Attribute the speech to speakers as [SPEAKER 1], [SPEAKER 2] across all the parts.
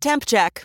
[SPEAKER 1] Temp check.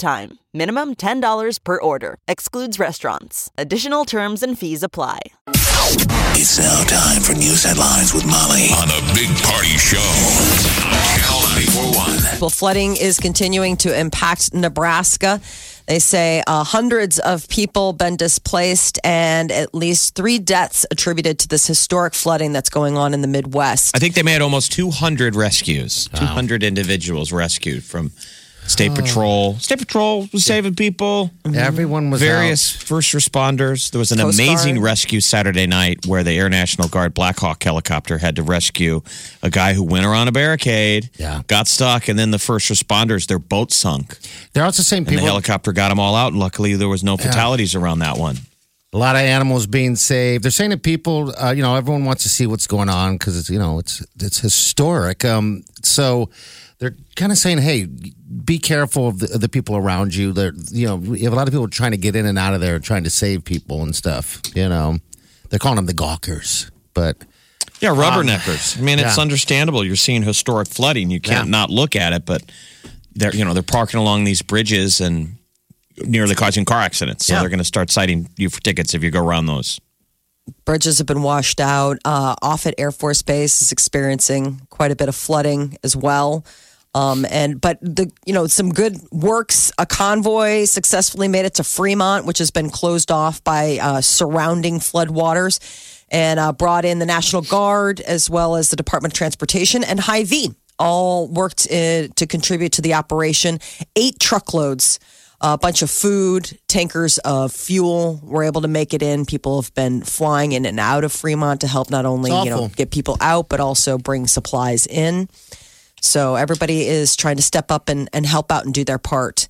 [SPEAKER 1] time. Minimum $10 per order. Excludes restaurants. Additional terms and fees apply.
[SPEAKER 2] It's now time for news headlines with Molly on the Big Party Show. on Channel 941.
[SPEAKER 3] Well, flooding is continuing to impact Nebraska. They say uh, hundreds of people been displaced and at least three deaths attributed to this historic flooding that's going on in the Midwest.
[SPEAKER 4] I think they made almost 200 rescues, 200 individuals rescued from State Patrol. State Patrol was saving people,
[SPEAKER 5] Everyone was
[SPEAKER 4] Mm-hmm. various first responders. There was an
[SPEAKER 3] Coast
[SPEAKER 4] amazing
[SPEAKER 3] Guard.
[SPEAKER 4] rescue Saturday night where the Air National Guard Black Hawk helicopter had to rescue a guy who went around a barricade,
[SPEAKER 5] Yeah.
[SPEAKER 4] got stuck, and then the first responders, their boat sunk.
[SPEAKER 5] out. They're also saying
[SPEAKER 4] And
[SPEAKER 5] people
[SPEAKER 4] the helicopter got them all out. Luckily, there was no fatalities around that one.
[SPEAKER 5] a lot of animals being saved. They're saying that people, uh, you know, everyone wants to see what's going on because it's you know it's it's historic. Um, so they're kind of saying, hey, be careful of the, of the people around you. They're you know you have a lot of people trying to get in and out of there, trying to save people and stuff. You know, they're calling them the gawkers, but
[SPEAKER 4] Yeah, rubberneckers. I mean, it's
[SPEAKER 5] Um, yeah.
[SPEAKER 4] understandable. You're seeing historic flooding. You can't
[SPEAKER 5] Yeah.
[SPEAKER 4] not look at it, but they're you know they're parking along these bridges and nearly causing car accidents. So
[SPEAKER 5] Yeah.
[SPEAKER 4] they're going to start citing you for tickets if you go around those.
[SPEAKER 3] Bridges have been washed out. Uh, Offutt Air Force Base is experiencing quite a bit of flooding as well. Um, and but the you know some good works. A convoy successfully made it to Fremont, which has been closed off by uh, surrounding floodwaters, and uh, brought in the National Guard as well as the Department of Transportation and High V. All worked uh to contribute to the operation. Eight truckloads a bunch of food, tankers of fuel were able to make it in. People have been flying in and out of Fremont to help not only
[SPEAKER 5] It's
[SPEAKER 3] you know
[SPEAKER 5] awful.
[SPEAKER 3] get people out but also bring supplies in. So everybody is trying to step up and, and help out and do their part.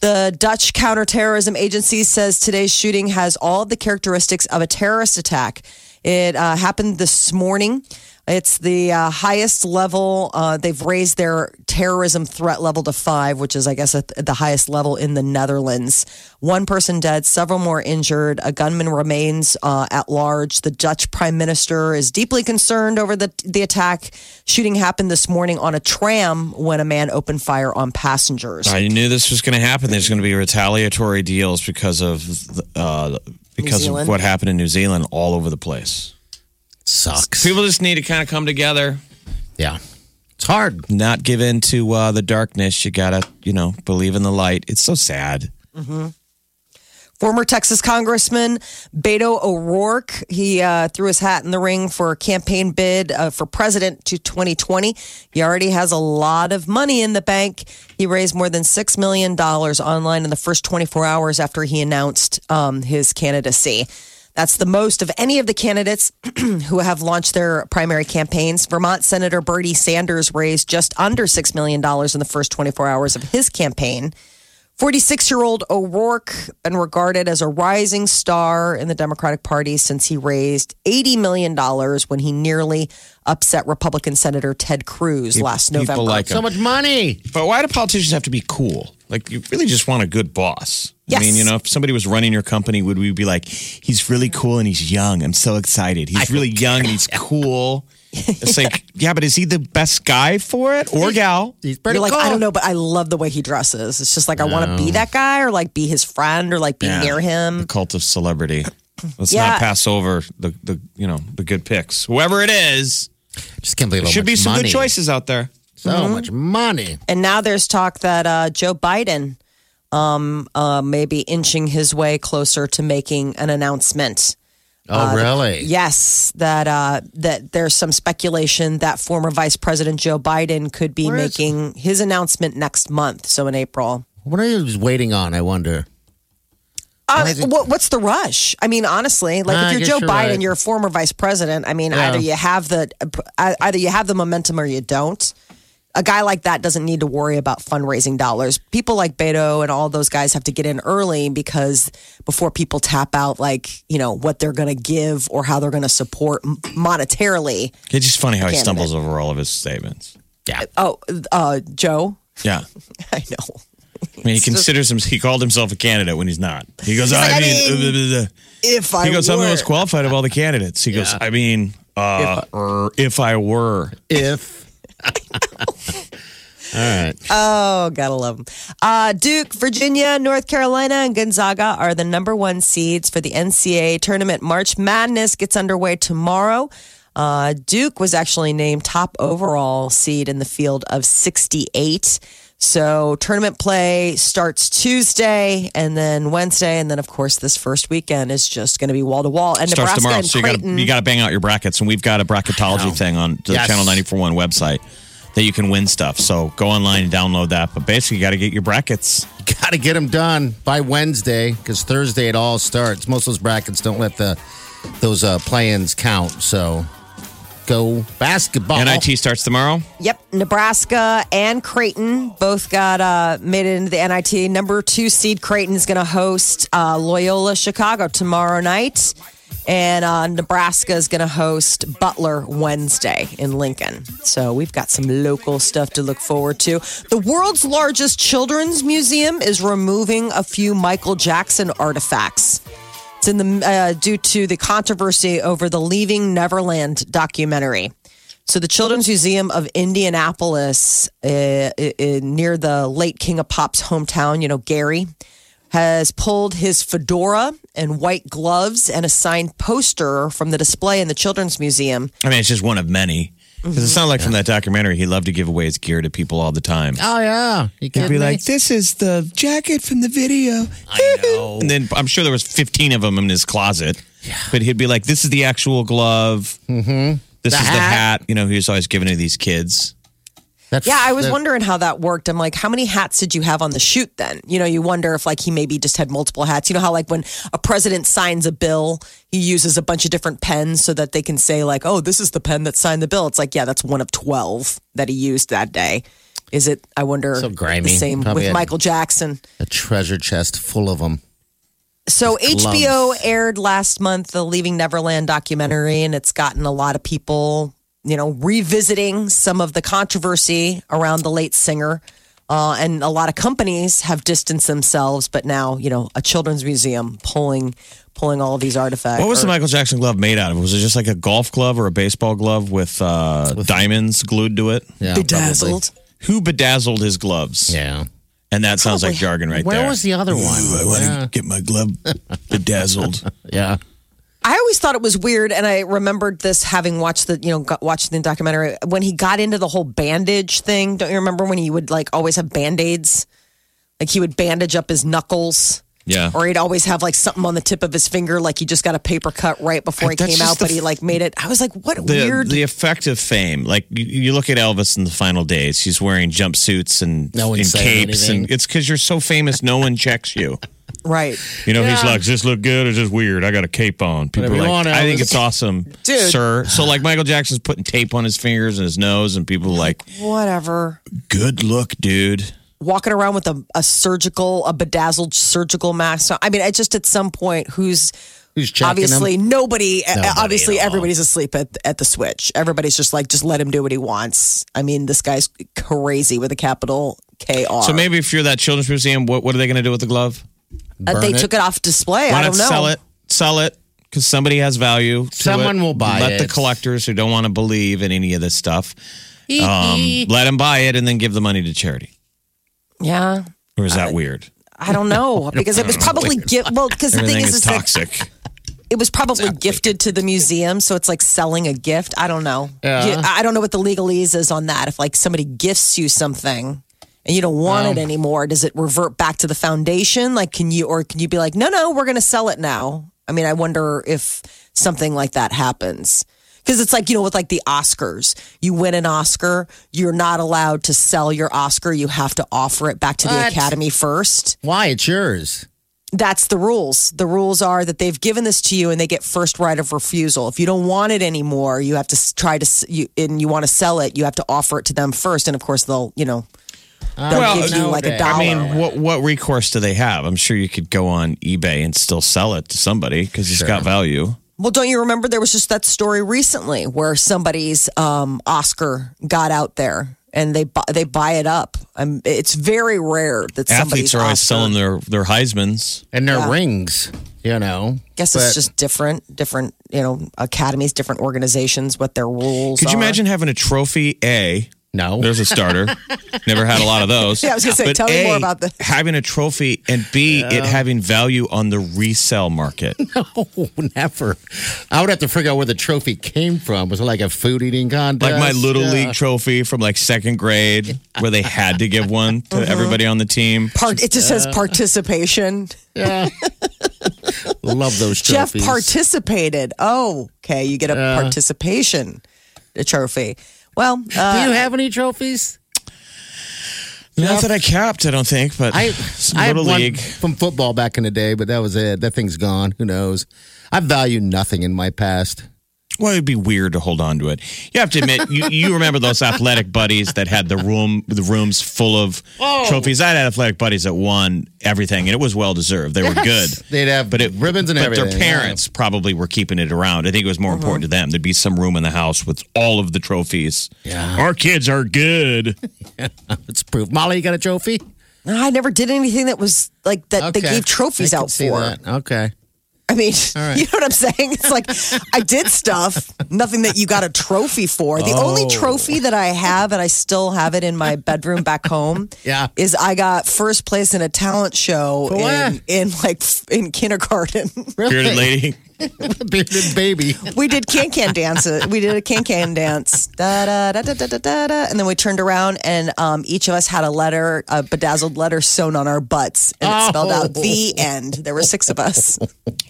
[SPEAKER 3] The Dutch counterterrorism agency says today's shooting has all the characteristics of a terrorist attack. It uh, happened this morning. It's the uh, highest level. Uh, they've raised their terrorism threat level to five, which is, I guess, at the highest level in the Netherlands. One person dead, several more injured. A gunman remains uh, at large. The Dutch prime minister is deeply concerned over the, the attack. Shooting happened this morning on a tram when a man opened fire on passengers.
[SPEAKER 4] I knew this was going to happen. There's going to be retaliatory deals because of uh, because of
[SPEAKER 3] Zealand.
[SPEAKER 4] what happened in New Zealand all over the place.
[SPEAKER 5] sucks.
[SPEAKER 4] People just need to kind of come together,
[SPEAKER 5] yeah, it's hard.
[SPEAKER 4] not give in to uh, the darkness. You gotta you know believe in the light. It's so sad.
[SPEAKER 3] Former Texas Congressman Beto O'Rourke, he uh, threw his hat in the ring for a campaign bid uh, for president to 2020. He already has a lot of money in the bank. He raised more than $6 million online in the first 24 hours after he announced um, his candidacy. That's the most of any of the candidates who have launched their primary campaigns. Vermont Senator Bernie Sanders raised just under $6 million in the first 24 hours of his campaign. 46 year old O'Rourke, been regarded as a rising star in the Democratic Party since he raised $80 million when he nearly upset Republican Senator Ted Cruz last
[SPEAKER 4] people
[SPEAKER 3] November.
[SPEAKER 4] like
[SPEAKER 5] So much money.
[SPEAKER 4] But why do politicians have to be cool? Like, you really just want a good boss. I mean,
[SPEAKER 3] Yes.
[SPEAKER 4] you know, if somebody was running your company, would we be like, he's really cool and he's young? I'm so excited. He's really young and he's cool. It's like, yeah, but is he the best guy for it or gal?
[SPEAKER 5] He's pretty
[SPEAKER 3] You're like,
[SPEAKER 5] cool.
[SPEAKER 3] I don't know, but I love the way he dresses. It's just like, I want to be that guy or like be his friend or like be near
[SPEAKER 4] The
[SPEAKER 3] him.
[SPEAKER 4] cult of celebrity. Let's
[SPEAKER 3] Yeah.
[SPEAKER 4] not pass over the, the, you know, the good picks. Whoever it is,
[SPEAKER 5] Just can't believe
[SPEAKER 4] there
[SPEAKER 5] how
[SPEAKER 4] should be
[SPEAKER 5] much
[SPEAKER 4] some
[SPEAKER 5] money.
[SPEAKER 4] good choices out there.
[SPEAKER 5] So
[SPEAKER 3] Mm-hmm.
[SPEAKER 5] much money.
[SPEAKER 3] And now there's talk that uh, Joe Biden um, uh, may be inching his way closer to making an announcement. Uh,
[SPEAKER 5] Oh, really?
[SPEAKER 3] Yes, that uh, that there's some speculation that former Vice President Joe Biden could be
[SPEAKER 5] Where is-
[SPEAKER 3] making his announcement next month, so in April.
[SPEAKER 5] What are you waiting on? I wonder.
[SPEAKER 3] Uh,
[SPEAKER 5] Why is it-
[SPEAKER 3] what, what's the rush? I mean, honestly, like
[SPEAKER 5] Ah, I
[SPEAKER 3] if you're
[SPEAKER 5] guess
[SPEAKER 3] Joe
[SPEAKER 5] you're
[SPEAKER 3] Biden,
[SPEAKER 5] right.
[SPEAKER 3] you're a former vice president. I mean,
[SPEAKER 5] Yeah.
[SPEAKER 3] either you have the uh, either you have the momentum or you don't. a guy like that doesn't need to worry about fundraising dollars. People like Beto and all those guys have to get in early because before people tap out, like, you know, what they're going to give or how they're going to support m- monetarily.
[SPEAKER 4] It's just funny how he
[SPEAKER 3] Candidate.
[SPEAKER 4] stumbles over all of his statements.
[SPEAKER 5] Yeah.
[SPEAKER 3] Oh, uh, Joe,
[SPEAKER 4] Yeah.
[SPEAKER 3] I know.
[SPEAKER 4] I mean, he considers him. He called himself a candidate when he's not. He goes,
[SPEAKER 3] like,
[SPEAKER 4] I,
[SPEAKER 3] I
[SPEAKER 4] mean,
[SPEAKER 3] mean,
[SPEAKER 4] uh, blah, blah,
[SPEAKER 3] If
[SPEAKER 4] blah."
[SPEAKER 3] I
[SPEAKER 4] he goes, I'm the
[SPEAKER 3] were-
[SPEAKER 4] most qualified of all the candidates. He goes, I mean, uh, er, if I were,
[SPEAKER 5] If. All right.
[SPEAKER 3] Oh, gotta love them. Uh, Duke, Virginia, North Carolina, and Gonzaga are the number one seeds for the NCAA tournament. March Madness gets underway tomorrow. Uh, Duke was actually named top overall seed in the field of 68. So tournament play starts Tuesday and then Wednesday, and then of course this first weekend is just going to be wall to wall. And
[SPEAKER 4] starts
[SPEAKER 3] Nebraska
[SPEAKER 4] tomorrow.
[SPEAKER 3] and
[SPEAKER 4] So you got
[SPEAKER 3] Creighton-
[SPEAKER 4] to you got to bang out your brackets, and we've got a bracketology thing on the
[SPEAKER 5] Yes.
[SPEAKER 4] Channel 94.1 website that you can win stuff. So go online and download that. But basically, you got to get your brackets.
[SPEAKER 5] Got to get them done by Wednesday because Thursday it all starts. Most of those brackets don't let the those uh, play-ins count. So go
[SPEAKER 3] Oh.
[SPEAKER 5] basketball.
[SPEAKER 4] NIT starts tomorrow.
[SPEAKER 3] Yep, Nebraska and Creighton both got uh, made it into the NIT. Number two seed Creighton is going to host uh, Loyola Chicago tomorrow night, and uh, Nebraska is going to host Butler Wednesday in Lincoln. So we've got some local stuff to look forward to. The world's largest children's museum is removing a few Michael Jackson artifacts. It's in the uh, due to the controversy over the Leaving Neverland documentary. So the Children's Museum of Indianapolis, uh, i- i- near the late King of Pop's hometown, you know Gary, has pulled his fedora and white gloves and a signed poster from the display in the Children's Museum.
[SPEAKER 4] I mean, it's just one of many. Because
[SPEAKER 3] Mm-hmm.
[SPEAKER 4] it sounded like from that documentary, he loved to give away his gear to people all the time.
[SPEAKER 5] Oh yeah, you
[SPEAKER 4] He'd
[SPEAKER 5] can
[SPEAKER 4] be like, "This is the jacket from the video." I know. and then I'm sure there was 15 of them in his closet. Yeah. But he'd be like, "This is the actual glove. Mm-hmm. This
[SPEAKER 5] The
[SPEAKER 4] is the
[SPEAKER 5] hat.
[SPEAKER 4] hat." You know, he was always giving to these kids.
[SPEAKER 5] That's,
[SPEAKER 3] Yeah, I was
[SPEAKER 5] that-
[SPEAKER 3] wondering how that worked. I'm like, how many hats did you have on the shoot then? You know, you wonder if like he maybe just had multiple hats. You know how like when a president signs a bill, he uses a bunch of different pens so that they can say like, oh, this is the pen that signed the bill. It's like, yeah, that's one of 12 that he used that day. Is it, I wonder,
[SPEAKER 5] So grimy.
[SPEAKER 3] the same
[SPEAKER 5] Probably
[SPEAKER 3] with
[SPEAKER 5] had-
[SPEAKER 3] Michael Jackson?
[SPEAKER 5] a treasure chest full of them.
[SPEAKER 3] So
[SPEAKER 5] With
[SPEAKER 3] HBO
[SPEAKER 5] gloves.
[SPEAKER 3] aired last month the Leaving Neverland documentary, and it's gotten a lot of people, you know, revisiting some of the controversy around the late singer. Uh, and a lot of companies have distanced themselves, but now you know a children's museum pulling pulling all of these artifacts.
[SPEAKER 4] What was the Michael Jackson glove made out of? Was it just like a golf glove or a baseball glove with, uh, diamonds glued to it?
[SPEAKER 5] Yeah, probably.
[SPEAKER 3] bedazzled?
[SPEAKER 4] Who bedazzled his gloves?
[SPEAKER 5] Yeah.
[SPEAKER 4] And that sounds like jargon right
[SPEAKER 5] Where
[SPEAKER 4] there.
[SPEAKER 5] was the other one?
[SPEAKER 4] Ooh, I want to get my glove bedazzled.
[SPEAKER 5] Yeah.
[SPEAKER 3] I always thought it was weird, and I remembered this having watched the you know got, watched the documentary when he got into the whole bandage thing. Don't you remember when he would like always have band aids? Like he would bandage up his knuckles.
[SPEAKER 4] Yeah.
[SPEAKER 3] Or he'd always have like something on the tip of his finger, like he just got a paper cut right before he
[SPEAKER 4] That's
[SPEAKER 3] came
[SPEAKER 4] just
[SPEAKER 3] out,
[SPEAKER 4] the
[SPEAKER 3] but he like made it. I was like, what
[SPEAKER 4] the
[SPEAKER 3] weird.
[SPEAKER 4] the effect of fame. Like you, you look at Elvis in the final days, he's wearing jumpsuits and,
[SPEAKER 5] No one
[SPEAKER 4] and
[SPEAKER 5] says
[SPEAKER 4] capes,
[SPEAKER 5] anything.
[SPEAKER 4] and it's because you're so famous, no one checks you.
[SPEAKER 3] right.
[SPEAKER 4] You know, he's like, "Does this look good or is this weird?" I got a cape on. People
[SPEAKER 5] Whatever
[SPEAKER 4] are
[SPEAKER 5] you
[SPEAKER 4] like,
[SPEAKER 5] want,
[SPEAKER 4] "I think
[SPEAKER 5] Elvis."
[SPEAKER 4] it's awesome,
[SPEAKER 3] Dude.
[SPEAKER 4] sir." So like Michael Jackson's putting tape on his fingers and his nose, and people are like,
[SPEAKER 3] Whatever.
[SPEAKER 4] "Good look, dude."
[SPEAKER 3] walking around with a, a surgical, a bedazzled surgical mask. So, I mean, I just at some point, who's
[SPEAKER 5] Who's checking
[SPEAKER 3] obviously nobody, uh,
[SPEAKER 5] Nobody
[SPEAKER 3] obviously
[SPEAKER 5] at all.
[SPEAKER 3] everybody's asleep at, at the switch. Everybody's just like, just let him do what he wants. I mean, this guy's crazy with a capital K R.
[SPEAKER 4] So maybe if you're that children's museum, what what are they going to do with the glove?
[SPEAKER 3] Uh, they
[SPEAKER 5] Burn it.
[SPEAKER 3] took it off display.
[SPEAKER 4] Why
[SPEAKER 3] I
[SPEAKER 4] not
[SPEAKER 3] don't know.
[SPEAKER 4] sell it? Sell it because somebody has value. to
[SPEAKER 5] Someone
[SPEAKER 4] it.
[SPEAKER 5] will buy
[SPEAKER 4] Let the
[SPEAKER 5] it.
[SPEAKER 4] collectors who don't want to believe in any of this stuff, um, let them buy it and then give the money to charity.
[SPEAKER 3] Yeah.
[SPEAKER 4] Or is that weird?
[SPEAKER 3] I don't know because it was probably gi- well because the
[SPEAKER 4] Everything
[SPEAKER 3] thing is,
[SPEAKER 4] is,
[SPEAKER 3] is that
[SPEAKER 4] toxic.
[SPEAKER 3] it was probably gifted to the museum, so it's like selling a gift. I don't know.
[SPEAKER 5] Yeah.
[SPEAKER 3] You- I don't know what the legalese is on that. If like somebody gifts you something and you don't want
[SPEAKER 5] Oh.
[SPEAKER 3] it anymore, does it revert back to the foundation? Like, can you or can you be like, no, no, we're going to sell it now? I mean, I wonder if something like that happens. Because it's like, you know, with like the Oscars, you win an Oscar, you're not allowed to sell your Oscar. You have to offer it back to the
[SPEAKER 5] What?
[SPEAKER 3] Academy first.
[SPEAKER 5] Why? It's yours.
[SPEAKER 3] that's the rules. The rules are that they've given this to you and they get first right of refusal. If you don't want it anymore, you have to s- try to s- you and you want to sell it, you have to offer it to them first and of course they'll, you know, they'll give you like a dollar.
[SPEAKER 4] I mean, what what recourse do they have? I'm sure you could go on eBay and still sell it to somebody because it's got value.
[SPEAKER 3] Well, don't you remember there was just that story recently where somebody's um, Oscar got out there and they bu- they buy it up. Um, it's very rare that
[SPEAKER 4] Athletes
[SPEAKER 3] somebody's
[SPEAKER 4] are always
[SPEAKER 3] Oscar-
[SPEAKER 4] selling their their Heisman's.
[SPEAKER 5] and their rings, you know.
[SPEAKER 3] guess
[SPEAKER 5] But-
[SPEAKER 3] it's just different, different you know academies, different organizations, what their rules.
[SPEAKER 4] Could you
[SPEAKER 3] are.
[SPEAKER 4] imagine having a trophy A?
[SPEAKER 5] No.
[SPEAKER 4] There's a starter. Never had a lot of those.
[SPEAKER 3] Yeah, I was gonna say,
[SPEAKER 4] But
[SPEAKER 3] tell me
[SPEAKER 4] A,
[SPEAKER 3] more about this.
[SPEAKER 4] Having a trophy and B, it having value on the resale market.
[SPEAKER 5] Oh, never. I would have to figure out where the trophy came from. Was it like a food eating contest?
[SPEAKER 4] like my little
[SPEAKER 5] Yeah.
[SPEAKER 4] league trophy from like second grade where they had to give one to
[SPEAKER 3] Mm-hmm.
[SPEAKER 4] everybody on the team.
[SPEAKER 3] Part, it just says participation.
[SPEAKER 5] Yeah. Love those
[SPEAKER 3] Jeff
[SPEAKER 5] trophies.
[SPEAKER 3] participated. Oh, okay, you get a participation trophy. Well,
[SPEAKER 5] Do
[SPEAKER 3] uh,
[SPEAKER 5] you have any trophies?
[SPEAKER 4] Not that I capped, I don't think, but
[SPEAKER 5] I
[SPEAKER 4] it's
[SPEAKER 5] I had
[SPEAKER 4] little
[SPEAKER 5] one
[SPEAKER 4] league.
[SPEAKER 5] from football back in the day, but that was it. That thing's gone. Who knows? I value nothing in my past.
[SPEAKER 4] Well, it'd be weird to hold on to it. You have to admit, you, you remember those athletic buddies that had the room, the rooms full of trophies. I had athletic buddies that won everything, and it was well deserved. They were good.
[SPEAKER 5] They'd have
[SPEAKER 4] But it,
[SPEAKER 5] ribbons and
[SPEAKER 4] but
[SPEAKER 5] everything.
[SPEAKER 4] their parents probably were keeping it around. I think it was more important to them. There'd be some room in the house with all of the trophies. Yeah. Our kids are good.
[SPEAKER 5] It's proof. Molly, you got a trophy?
[SPEAKER 3] I never did anything that was like that. They
[SPEAKER 5] Okay.
[SPEAKER 3] gave trophies
[SPEAKER 5] I can
[SPEAKER 3] out
[SPEAKER 5] see
[SPEAKER 3] for.
[SPEAKER 5] that. Okay.
[SPEAKER 3] I mean,
[SPEAKER 5] right.
[SPEAKER 3] you know what I'm saying? It's like I did stuff, nothing that you got a trophy for. The
[SPEAKER 5] Oh.
[SPEAKER 3] only trophy that I have, and I still have it in my bedroom back home,
[SPEAKER 5] Yeah.
[SPEAKER 3] is I got first place in a talent show
[SPEAKER 5] For what?
[SPEAKER 3] in, in like in kindergarten.
[SPEAKER 4] Bearded lady.
[SPEAKER 5] Bearded baby.
[SPEAKER 3] we did can can dance. uh, We did a can can dance, da da da da da da da, da, and then we turned around and um, each of us had a letter, a bedazzled letter sewn on our butts, and it spelled out the end. There were six of us.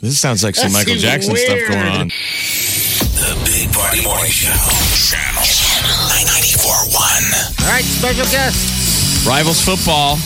[SPEAKER 4] This sounds like some
[SPEAKER 5] That
[SPEAKER 4] Michael
[SPEAKER 5] seems
[SPEAKER 4] Jackson
[SPEAKER 5] weird.
[SPEAKER 4] stuff going on.
[SPEAKER 2] The Big Party Morning Show. Channel 941.
[SPEAKER 5] All right, special guest.
[SPEAKER 4] Rivals football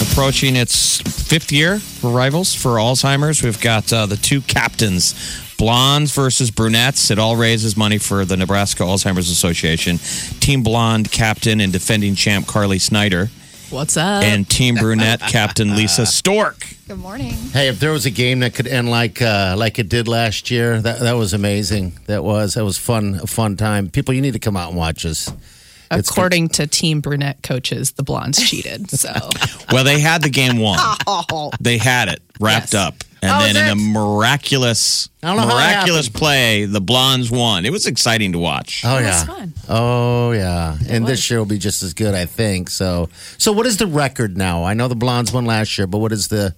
[SPEAKER 4] approaching its fifth year for Rivals for Alzheimer's. We've got uh, the two captains, blondes versus brunettes. It all raises money for the Nebraska Alzheimer's Association. Team Blonde captain and defending champ Carly Snyder,
[SPEAKER 6] What's
[SPEAKER 5] Oh.
[SPEAKER 6] up?
[SPEAKER 4] and Team Brunette captain Lisa Stork.
[SPEAKER 7] Good morning.
[SPEAKER 5] Hey, if there was a game that could end like uh, like it did last year, that that was amazing. That was that was fun a fun time. People, you need to come out and watch us.
[SPEAKER 6] According to Team Brunette coaches, the blondes cheated. So Oh,
[SPEAKER 4] Well, they had the game won. They had it wrapped
[SPEAKER 6] Yes.
[SPEAKER 4] up. And
[SPEAKER 5] Oh,
[SPEAKER 4] then
[SPEAKER 5] is
[SPEAKER 4] in a
[SPEAKER 5] it?
[SPEAKER 4] miraculous,
[SPEAKER 5] I don't know how it
[SPEAKER 4] miraculous play, the Blondes won. It was exciting to watch.
[SPEAKER 5] Oh
[SPEAKER 6] It
[SPEAKER 5] yeah.
[SPEAKER 6] was fun.
[SPEAKER 5] Oh yeah. and
[SPEAKER 6] was.
[SPEAKER 5] this year will be just as good, I think. So so what is the record now? I know the blondes won last year, but what is the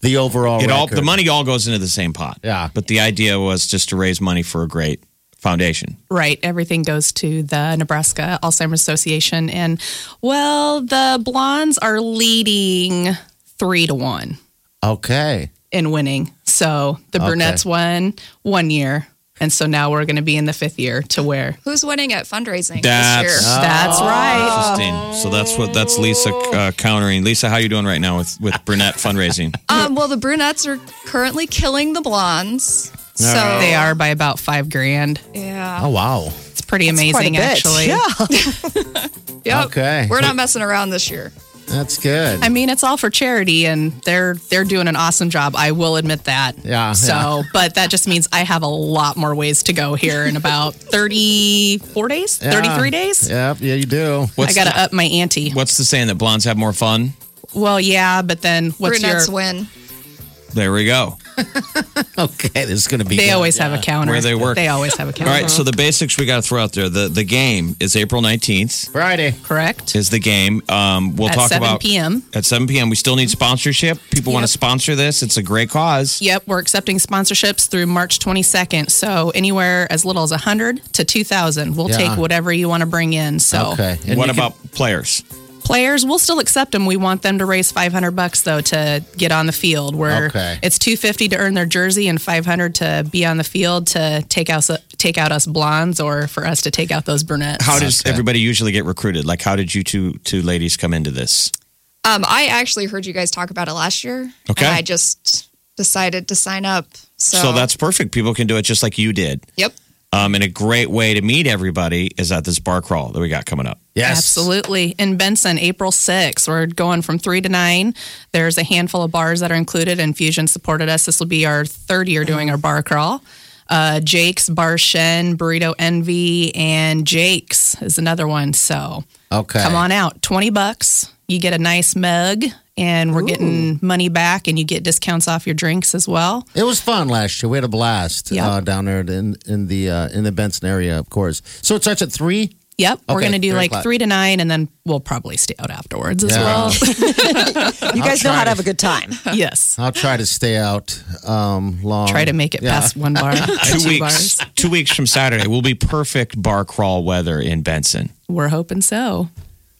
[SPEAKER 5] the overall
[SPEAKER 4] it all
[SPEAKER 5] record?
[SPEAKER 4] the money all goes into the same pot.
[SPEAKER 5] Yeah.
[SPEAKER 4] But the idea was just to raise money for a great foundation.
[SPEAKER 6] Right. Everything goes to the Nebraska Alzheimer's Association. And, well, the blondes are leading three to one
[SPEAKER 5] Okay.
[SPEAKER 6] in winning. So the brunettes won one year. And so now we're going to be in the fifth year to where.
[SPEAKER 7] Who's winning at fundraising
[SPEAKER 4] That's
[SPEAKER 7] this year?
[SPEAKER 6] That's
[SPEAKER 3] Oh.
[SPEAKER 6] right.
[SPEAKER 4] interesting. So that's what that's Lisa uh,
[SPEAKER 5] Oh.
[SPEAKER 4] countering. Lisa, how you doing right now with with brunette fundraising?
[SPEAKER 7] Um, well, the brunettes are currently killing the blondes. So
[SPEAKER 6] They are by about five grand.
[SPEAKER 7] Yeah.
[SPEAKER 5] Oh wow.
[SPEAKER 6] It's pretty
[SPEAKER 3] Quite a
[SPEAKER 6] amazing,
[SPEAKER 3] bit.
[SPEAKER 6] actually.
[SPEAKER 3] Yeah.
[SPEAKER 7] Yep.
[SPEAKER 5] Okay.
[SPEAKER 7] We're not messing around this year.
[SPEAKER 5] That's good.
[SPEAKER 6] I mean, it's all for charity, and they're they're doing an awesome job. I will admit that.
[SPEAKER 5] Yeah,
[SPEAKER 6] So,
[SPEAKER 5] yeah.
[SPEAKER 6] but that just means I have a lot more ways to go here in about 34 days, 33 days.
[SPEAKER 5] Yep, yeah, you do.
[SPEAKER 6] I got to up my ante.
[SPEAKER 4] What's the saying that blondes have more fun?
[SPEAKER 6] Well, yeah, but then what's
[SPEAKER 7] brunettes
[SPEAKER 6] your?
[SPEAKER 7] win.
[SPEAKER 4] There we go.
[SPEAKER 5] Okay, this is gonna be
[SPEAKER 6] They
[SPEAKER 5] good.
[SPEAKER 6] always have a counter.
[SPEAKER 4] Where they work.
[SPEAKER 6] They always have a counter.
[SPEAKER 4] All right, so the basics we got to throw out there. The the game is April 19th.
[SPEAKER 5] Friday.
[SPEAKER 6] correct.
[SPEAKER 4] is the game. Um, we'll
[SPEAKER 6] At
[SPEAKER 4] talk
[SPEAKER 6] 7
[SPEAKER 4] about
[SPEAKER 6] p.m..
[SPEAKER 4] At 7 p.m. We still need sponsorship. People want to sponsor this. It's a great cause.
[SPEAKER 6] Yep, we're accepting sponsorships through March 22nd. So anywhere as little as 100 to 2,000, we'll
[SPEAKER 5] Yeah.
[SPEAKER 6] take whatever you want to bring in. So
[SPEAKER 5] Okay. And
[SPEAKER 4] what
[SPEAKER 5] you can-
[SPEAKER 4] about players?
[SPEAKER 6] players we'll still accept them we want them to raise 500 bucks though to get on the field where
[SPEAKER 5] Okay.
[SPEAKER 6] it's 250 to earn their jersey and 500 to be on the field to take out take out us blondes or for us to take out those brunettes
[SPEAKER 4] How does everybody usually get recruited? Like, how did you two two ladies come into this?
[SPEAKER 7] Um, I actually heard you guys talk about it last year.
[SPEAKER 4] Okay.
[SPEAKER 7] And I just decided to sign up. So,
[SPEAKER 4] So that's perfect. People can do it just like you did.
[SPEAKER 7] yep.
[SPEAKER 4] Um, and a great way to meet everybody is at this bar crawl that we got coming up.
[SPEAKER 5] Yes.
[SPEAKER 6] Absolutely. In Benson, April 6th, we're going from 3 to 9. There's a handful of bars that are included, and Fusion supported us. This will be our third year doing our bar crawl. Uh, Jake's Bar Shen, Burrito Envy, and Jake's is another one. So
[SPEAKER 5] Okay.
[SPEAKER 6] come on out. 20 bucks. You get a nice mug, and we're getting money back, and you get discounts off your drinks as well.
[SPEAKER 5] It was fun last year. We had a blast
[SPEAKER 6] Yeah.
[SPEAKER 5] uh, down there in in the uh, in the Benson area, of course. So it starts at three.
[SPEAKER 6] Yep. we're
[SPEAKER 5] Okay,
[SPEAKER 6] going to do
[SPEAKER 5] three
[SPEAKER 6] like
[SPEAKER 5] o'clock.
[SPEAKER 6] 3 to 9, and then we'll probably stay out afterwards as
[SPEAKER 5] Yeah.
[SPEAKER 3] You guys know
[SPEAKER 5] try
[SPEAKER 3] how
[SPEAKER 5] to-
[SPEAKER 3] to have a good time.
[SPEAKER 6] well. yes.
[SPEAKER 5] I'll try to stay out um, long.
[SPEAKER 6] Try to make it
[SPEAKER 5] Yeah.
[SPEAKER 6] past one bar.
[SPEAKER 4] Two,
[SPEAKER 6] two
[SPEAKER 4] weeks.
[SPEAKER 6] bars.
[SPEAKER 4] Two weeks from Saturday will be perfect bar crawl weather in Benson.
[SPEAKER 6] We're hoping so.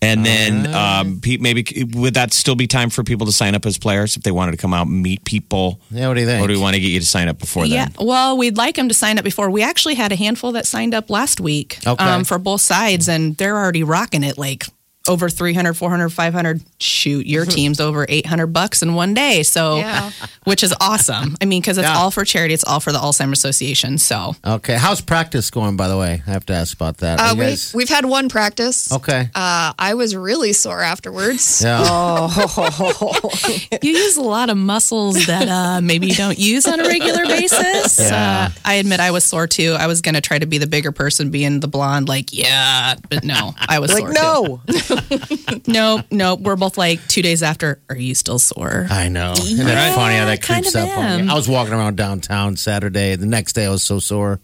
[SPEAKER 4] And then um, Pete, maybe would that still be time for people to sign up as players if they wanted to come out and meet people?
[SPEAKER 5] Yeah, what do you think?
[SPEAKER 4] Or do we want to get you to sign up before
[SPEAKER 6] Yeah.
[SPEAKER 4] then?
[SPEAKER 6] Well, we'd like them to sign up before. We actually had a handful that signed up last week
[SPEAKER 5] Okay.
[SPEAKER 6] um, for both sides, and they're already rocking it like over 300, 400, 500. Shoot, your team's over 800 bucks in one day. So,
[SPEAKER 7] Yeah.
[SPEAKER 6] which is awesome. I mean, because it's
[SPEAKER 5] Yeah.
[SPEAKER 6] all for charity, it's all for the Alzheimer's Association. So,
[SPEAKER 5] Okay. How's practice going? By the way, I have to ask about that.
[SPEAKER 7] Uh,
[SPEAKER 5] You
[SPEAKER 7] we,
[SPEAKER 5] guys-
[SPEAKER 7] we've had one practice.
[SPEAKER 5] okay.
[SPEAKER 7] Uh, I was really sore afterwards.
[SPEAKER 5] yeah.
[SPEAKER 6] you use a lot of muscles that uh, maybe you don't use on a regular basis.
[SPEAKER 5] Yeah.
[SPEAKER 6] Uh, I admit I was sore too. I was going to try to be the bigger person, being the blonde, like, yeah, but no, I was
[SPEAKER 3] Like,
[SPEAKER 6] sore. too.
[SPEAKER 3] no.
[SPEAKER 6] No, no, we're both like two days after. Are you still sore?
[SPEAKER 5] I know. Isn't that
[SPEAKER 6] Yeah,
[SPEAKER 5] funny how that
[SPEAKER 6] I kind
[SPEAKER 5] creeps
[SPEAKER 6] of
[SPEAKER 5] up on
[SPEAKER 6] am.
[SPEAKER 5] you? I was walking around downtown Saturday. The next day, I was so sore.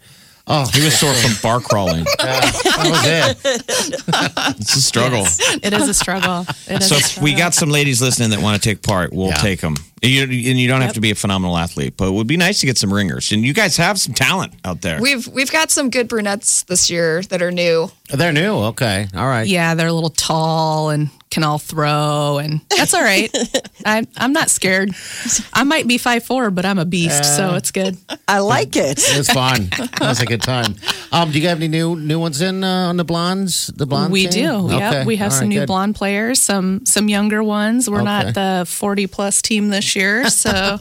[SPEAKER 5] Oh,
[SPEAKER 4] He was sore from bar crawling.
[SPEAKER 5] that was it.
[SPEAKER 4] It's a struggle.
[SPEAKER 6] It is a struggle. It is
[SPEAKER 4] So
[SPEAKER 6] a
[SPEAKER 4] if we
[SPEAKER 6] struggle.
[SPEAKER 4] got some ladies listening that want to take part, we'll
[SPEAKER 5] Yeah.
[SPEAKER 4] take 'em. take them. You, and you don't have to be a phenomenal athlete, but it would be nice to get some ringers. And you guys have some talent out there.
[SPEAKER 7] We've we've got some good brunettes this year that are new.
[SPEAKER 5] They're new. Okay. All right.
[SPEAKER 6] yeah, they're a little tall and can all throw, and that's all right. I, I'm not scared. I might be five four, but I'm a beast, so it's good.
[SPEAKER 3] I like it.
[SPEAKER 5] It was fun. That was a good time. Um, do you have any new new ones in uh, on the blondes? The blonde.
[SPEAKER 6] We
[SPEAKER 5] team?
[SPEAKER 6] do.
[SPEAKER 5] Okay.
[SPEAKER 6] Yep, we have
[SPEAKER 5] All right,
[SPEAKER 6] some new
[SPEAKER 5] good.
[SPEAKER 6] blonde players, some some younger ones. We're
[SPEAKER 5] Okay.
[SPEAKER 6] not the 40 plus team this year, so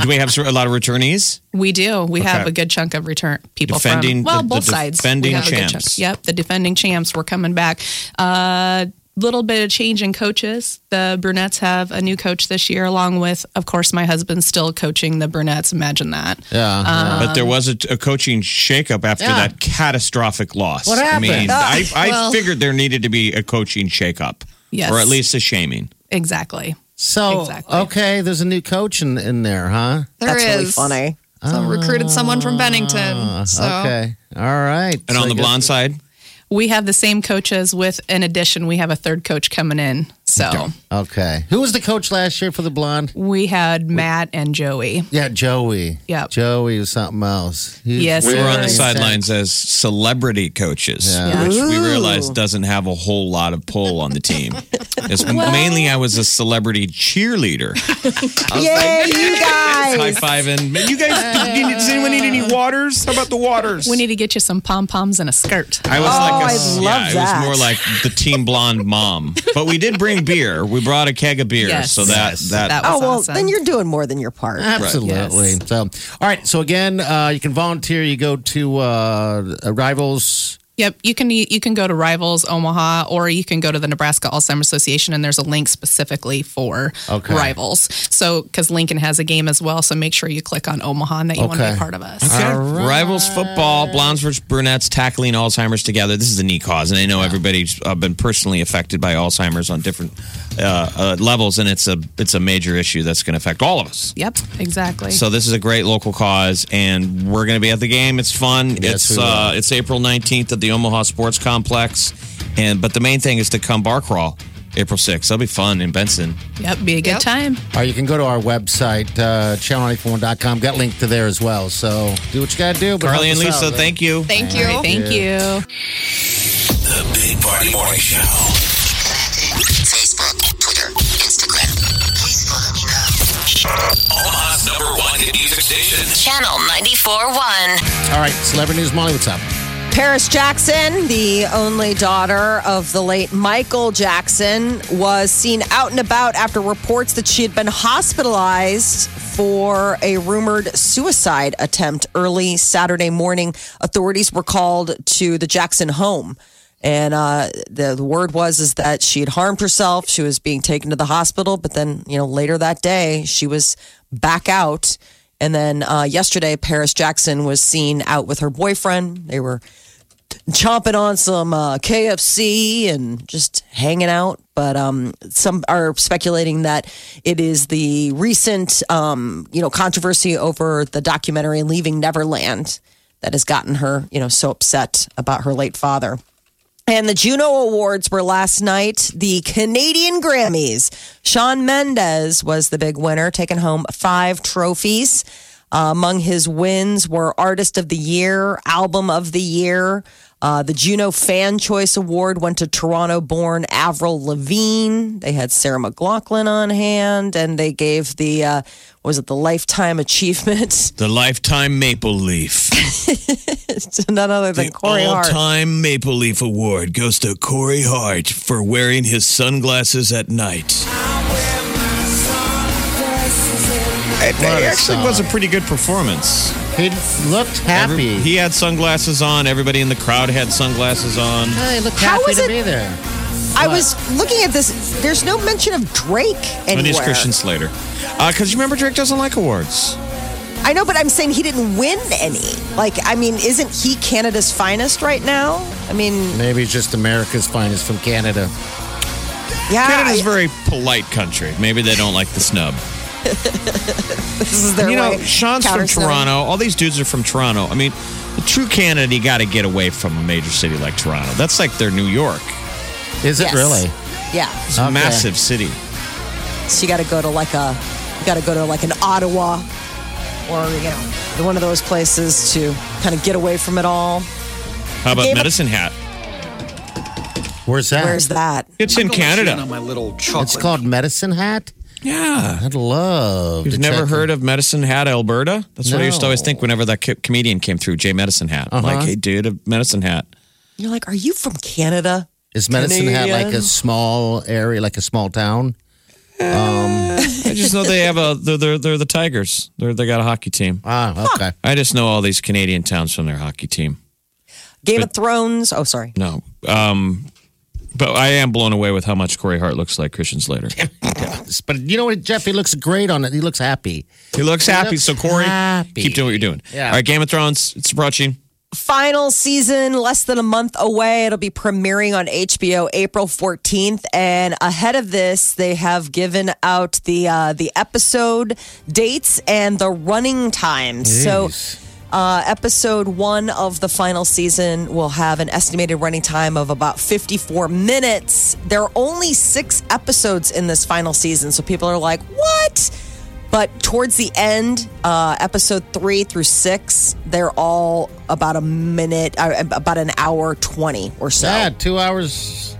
[SPEAKER 4] Do we have a lot of returnees?
[SPEAKER 6] we do. We have
[SPEAKER 4] Okay.
[SPEAKER 6] a good chunk of return people
[SPEAKER 4] Defending-
[SPEAKER 6] from well,
[SPEAKER 4] the- the
[SPEAKER 6] both sides.
[SPEAKER 4] defending
[SPEAKER 6] We have a good
[SPEAKER 4] champs.
[SPEAKER 6] chunk. Yep, the defending champs were coming back. uh, little bit of change in coaches. The brunettes have a new coach this year, along with, of course, my husband's still coaching the brunettes. Imagine that.
[SPEAKER 5] Yeah.
[SPEAKER 6] uh,
[SPEAKER 5] yeah.
[SPEAKER 4] But there was a, a coaching shakeup after
[SPEAKER 5] Yeah.
[SPEAKER 4] that catastrophic loss.
[SPEAKER 5] What
[SPEAKER 4] I mean,
[SPEAKER 5] happened?
[SPEAKER 4] I, I
[SPEAKER 7] Well-
[SPEAKER 4] figured there needed to be a coaching shakeup,
[SPEAKER 6] Yes.
[SPEAKER 4] or at least a shaming.
[SPEAKER 6] Exactly.
[SPEAKER 5] So
[SPEAKER 6] Exactly.
[SPEAKER 5] okay, there's a new coach in, in there, huh?
[SPEAKER 7] There
[SPEAKER 3] That's
[SPEAKER 7] is
[SPEAKER 3] really funny.
[SPEAKER 7] So recruited someone from Bennington. So
[SPEAKER 5] Ah, Okay. All right.
[SPEAKER 4] And
[SPEAKER 5] So
[SPEAKER 4] on
[SPEAKER 5] I
[SPEAKER 4] the
[SPEAKER 5] guess-
[SPEAKER 4] blonde side,
[SPEAKER 6] We have the same coaches with, in addition, we have a third coach coming in. So
[SPEAKER 5] Okay. Who was the coach last year for the blonde?
[SPEAKER 6] we had Matt and Joey.
[SPEAKER 5] Yeah, Joey.
[SPEAKER 6] Yep.
[SPEAKER 5] Joey was something else. He-
[SPEAKER 6] Yes,
[SPEAKER 4] we were on the
[SPEAKER 6] Yes.
[SPEAKER 4] sidelines as celebrity coaches,
[SPEAKER 5] Yeah.
[SPEAKER 4] which we
[SPEAKER 3] Ooh.
[SPEAKER 4] realized doesn't have a whole lot of pull on the team. It's mainly I was a celebrity cheerleader.
[SPEAKER 3] Yay, you
[SPEAKER 4] High
[SPEAKER 3] guys.
[SPEAKER 4] fiving. Man, You guys, do you need- does anyone need any waters? How about the waters?
[SPEAKER 6] We need to get you some pom poms and a skirt.
[SPEAKER 4] I was like, a,
[SPEAKER 3] Oh, I
[SPEAKER 4] yeah,
[SPEAKER 3] love
[SPEAKER 4] it was
[SPEAKER 3] that.
[SPEAKER 4] more like the team blonde mom. But we did bring beer. We brought a keg of beer,
[SPEAKER 6] Yes.
[SPEAKER 4] so that
[SPEAKER 5] Yes.
[SPEAKER 4] that,
[SPEAKER 6] That
[SPEAKER 3] Oh,
[SPEAKER 6] was
[SPEAKER 3] well,
[SPEAKER 6] awesome.
[SPEAKER 3] then you're doing more than your part.
[SPEAKER 5] Absolutely.
[SPEAKER 6] Yes.
[SPEAKER 5] So, all right. So again, uh, you can volunteer. You go to uh, Rivals.
[SPEAKER 6] Yep, you can e, you can go to Rivals Omaha or you can go to the Nebraska Alzheimer's Association and there's a link specifically for
[SPEAKER 5] Okay.
[SPEAKER 6] Rivals. So cuz Lincoln has a game as well, so make sure you click on Omaha and that you want to be
[SPEAKER 5] Okay.
[SPEAKER 6] a part of us.
[SPEAKER 4] Okay. Rivals football, blondes versus brunettes, tackling Alzheimer's together. This is a neat cause, and I know everybody's uh, been personally affected by Alzheimer's on different uh, uh, levels, and it's a it's a major issue that's going to affect all of us.
[SPEAKER 6] Yep, exactly.
[SPEAKER 4] So this is a great local cause, and we're going to be at the game. It's fun.
[SPEAKER 5] Yes,
[SPEAKER 4] it's
[SPEAKER 5] we will.
[SPEAKER 4] uh, it's April nineteenth at the Omaha Sports Complex, and but the main thing is to come bar crawl April sixth. That'll be fun in Benson.
[SPEAKER 6] yep, be a good
[SPEAKER 7] Yep.
[SPEAKER 6] time.
[SPEAKER 5] Or you can go to our website, uh, channel941.com. Got linked to there as well. So do what you got to do. But
[SPEAKER 4] Carly and
[SPEAKER 5] help us
[SPEAKER 4] Lisa,
[SPEAKER 5] out, right?
[SPEAKER 4] thank you.
[SPEAKER 7] thank you.
[SPEAKER 6] Thank you.
[SPEAKER 2] The Big Party Morning Show.
[SPEAKER 8] Facebook, Twitter, Instagram. Please follow me now.
[SPEAKER 2] Omaha's number one hit music station.
[SPEAKER 8] Channel 94.1.
[SPEAKER 5] All right. Celebrity News Molly, what's up?
[SPEAKER 3] Paris Jackson, the only daughter of the late Michael Jackson, was seen out and about after reports that she had been hospitalized for a rumored suicide attempt early Saturday morning. Authorities were called to the Jackson home. And uh, the, the word was is that she had harmed herself. She was being taken to the hospital, but then you know later that day she was back out. And then uh, yesterday, Paris Jackson was seen out with her boyfriend. They were chomping on some uh, KFC and just hanging out. But um, some are speculating that it is the recent, um, you know, controversy over the documentary "Leaving Neverland" that has gotten her, you know, so upset about her late father. And the Juno Awards were last night. The Canadian Grammys. Sean Mendez was the big winner, taking home five trophies. Uh, among his wins were Artist of the Year, Album of the Year. Uh, the Juno Fan Choice Award went to Toronto born Avril Lavigne. They had Sarah McLaughlin on hand, and they gave the, uh, was it the Lifetime Achievement?
[SPEAKER 4] The Lifetime Maple Leaf.
[SPEAKER 3] to none other than Corey
[SPEAKER 4] All
[SPEAKER 3] Hart.
[SPEAKER 4] time Maple Leaf Award goes to Corey Hart for wearing his sunglasses at night. It
[SPEAKER 5] What a
[SPEAKER 4] actually
[SPEAKER 5] song.
[SPEAKER 4] was a pretty good performance.
[SPEAKER 5] He looked happy.
[SPEAKER 4] Every- he had sunglasses on. Everybody in the crowd had sunglasses on.
[SPEAKER 5] Yeah, he looked
[SPEAKER 3] How
[SPEAKER 5] happy
[SPEAKER 3] is
[SPEAKER 5] to
[SPEAKER 3] it-
[SPEAKER 5] be there.
[SPEAKER 3] I was looking at this. There's no mention of Drake
[SPEAKER 4] And he's
[SPEAKER 3] anywhere.
[SPEAKER 4] Christian Slater. Because you remember, Drake doesn't like awards.
[SPEAKER 3] I know, but I'm saying he didn't win any. Like, I mean, isn't he Canada's finest right now? I mean,
[SPEAKER 5] Maybe it's just America's finest from Canada.
[SPEAKER 3] yeah,
[SPEAKER 5] Ah,
[SPEAKER 4] Canada's a
[SPEAKER 3] I-
[SPEAKER 4] very polite country. Maybe they don't like the snub.
[SPEAKER 3] this is their
[SPEAKER 4] you know,
[SPEAKER 3] way.
[SPEAKER 4] Sean's from
[SPEAKER 3] Counter-snow.
[SPEAKER 4] Toronto. All these dudes are from Toronto. I mean, the true Canada, you got to get away from a major city like Toronto. That's like their New York.
[SPEAKER 5] Is
[SPEAKER 3] Yes.
[SPEAKER 5] it really?
[SPEAKER 3] Yeah,
[SPEAKER 4] It's a
[SPEAKER 5] Okay.
[SPEAKER 4] massive city.
[SPEAKER 3] so you got to go to like a, you got to go to like an Ottawa, or you know, one of those places to kind of get away from it all.
[SPEAKER 4] How about
[SPEAKER 3] Gave up-
[SPEAKER 4] Medicine Hat?
[SPEAKER 5] Where's that?
[SPEAKER 3] Where's that?
[SPEAKER 4] It's in
[SPEAKER 9] On
[SPEAKER 4] Canada.
[SPEAKER 9] my little chocolate.
[SPEAKER 5] It's called Medicine Hat.
[SPEAKER 4] Yeah.
[SPEAKER 5] I'd love.
[SPEAKER 4] You've
[SPEAKER 5] to
[SPEAKER 4] never
[SPEAKER 5] check
[SPEAKER 4] heard of Medicine Hat, Alberta? That's what I used to always
[SPEAKER 5] No. Uh-huh.
[SPEAKER 4] think whenever that co- comedian came through, Jay Medicine Hat. I'm Like, hey, dude, a Medicine Hat.
[SPEAKER 3] You're like, are you from Canada?
[SPEAKER 5] Is Medicine Hat like a
[SPEAKER 3] Canadian.
[SPEAKER 5] small area, like a small town?
[SPEAKER 4] I just know they have a, they're, they're, they're the Tigers. They're, they got a hockey team.
[SPEAKER 5] Ah, okay.
[SPEAKER 4] I just know all these Canadian towns from their hockey team.
[SPEAKER 3] Game of Thrones. Oh, sorry.
[SPEAKER 4] No. Um, but I am blown away with how much Corey Hart looks like Christian Slater.
[SPEAKER 5] But you know what, Jeff? He looks great on it. He looks happy.
[SPEAKER 4] He looks happy.
[SPEAKER 5] looks
[SPEAKER 4] so Corey,
[SPEAKER 5] happy.
[SPEAKER 4] keep doing what you're doing.
[SPEAKER 5] Yeah.
[SPEAKER 4] All right, Game of Thrones. It's approaching.
[SPEAKER 3] final season less than a month away. It'll be premiering on HBO April 14th. And ahead of this, they have given out the uh, the episode dates and the running times. So. Uh, episode one of the final season will have an estimated running time of about 54 minutes. There are only six episodes in this final season, so people are like, what? But towards the end, uh, episode three through six, they're all about a minute, uh, about an hour 20 or so.
[SPEAKER 5] Yeah, two hours.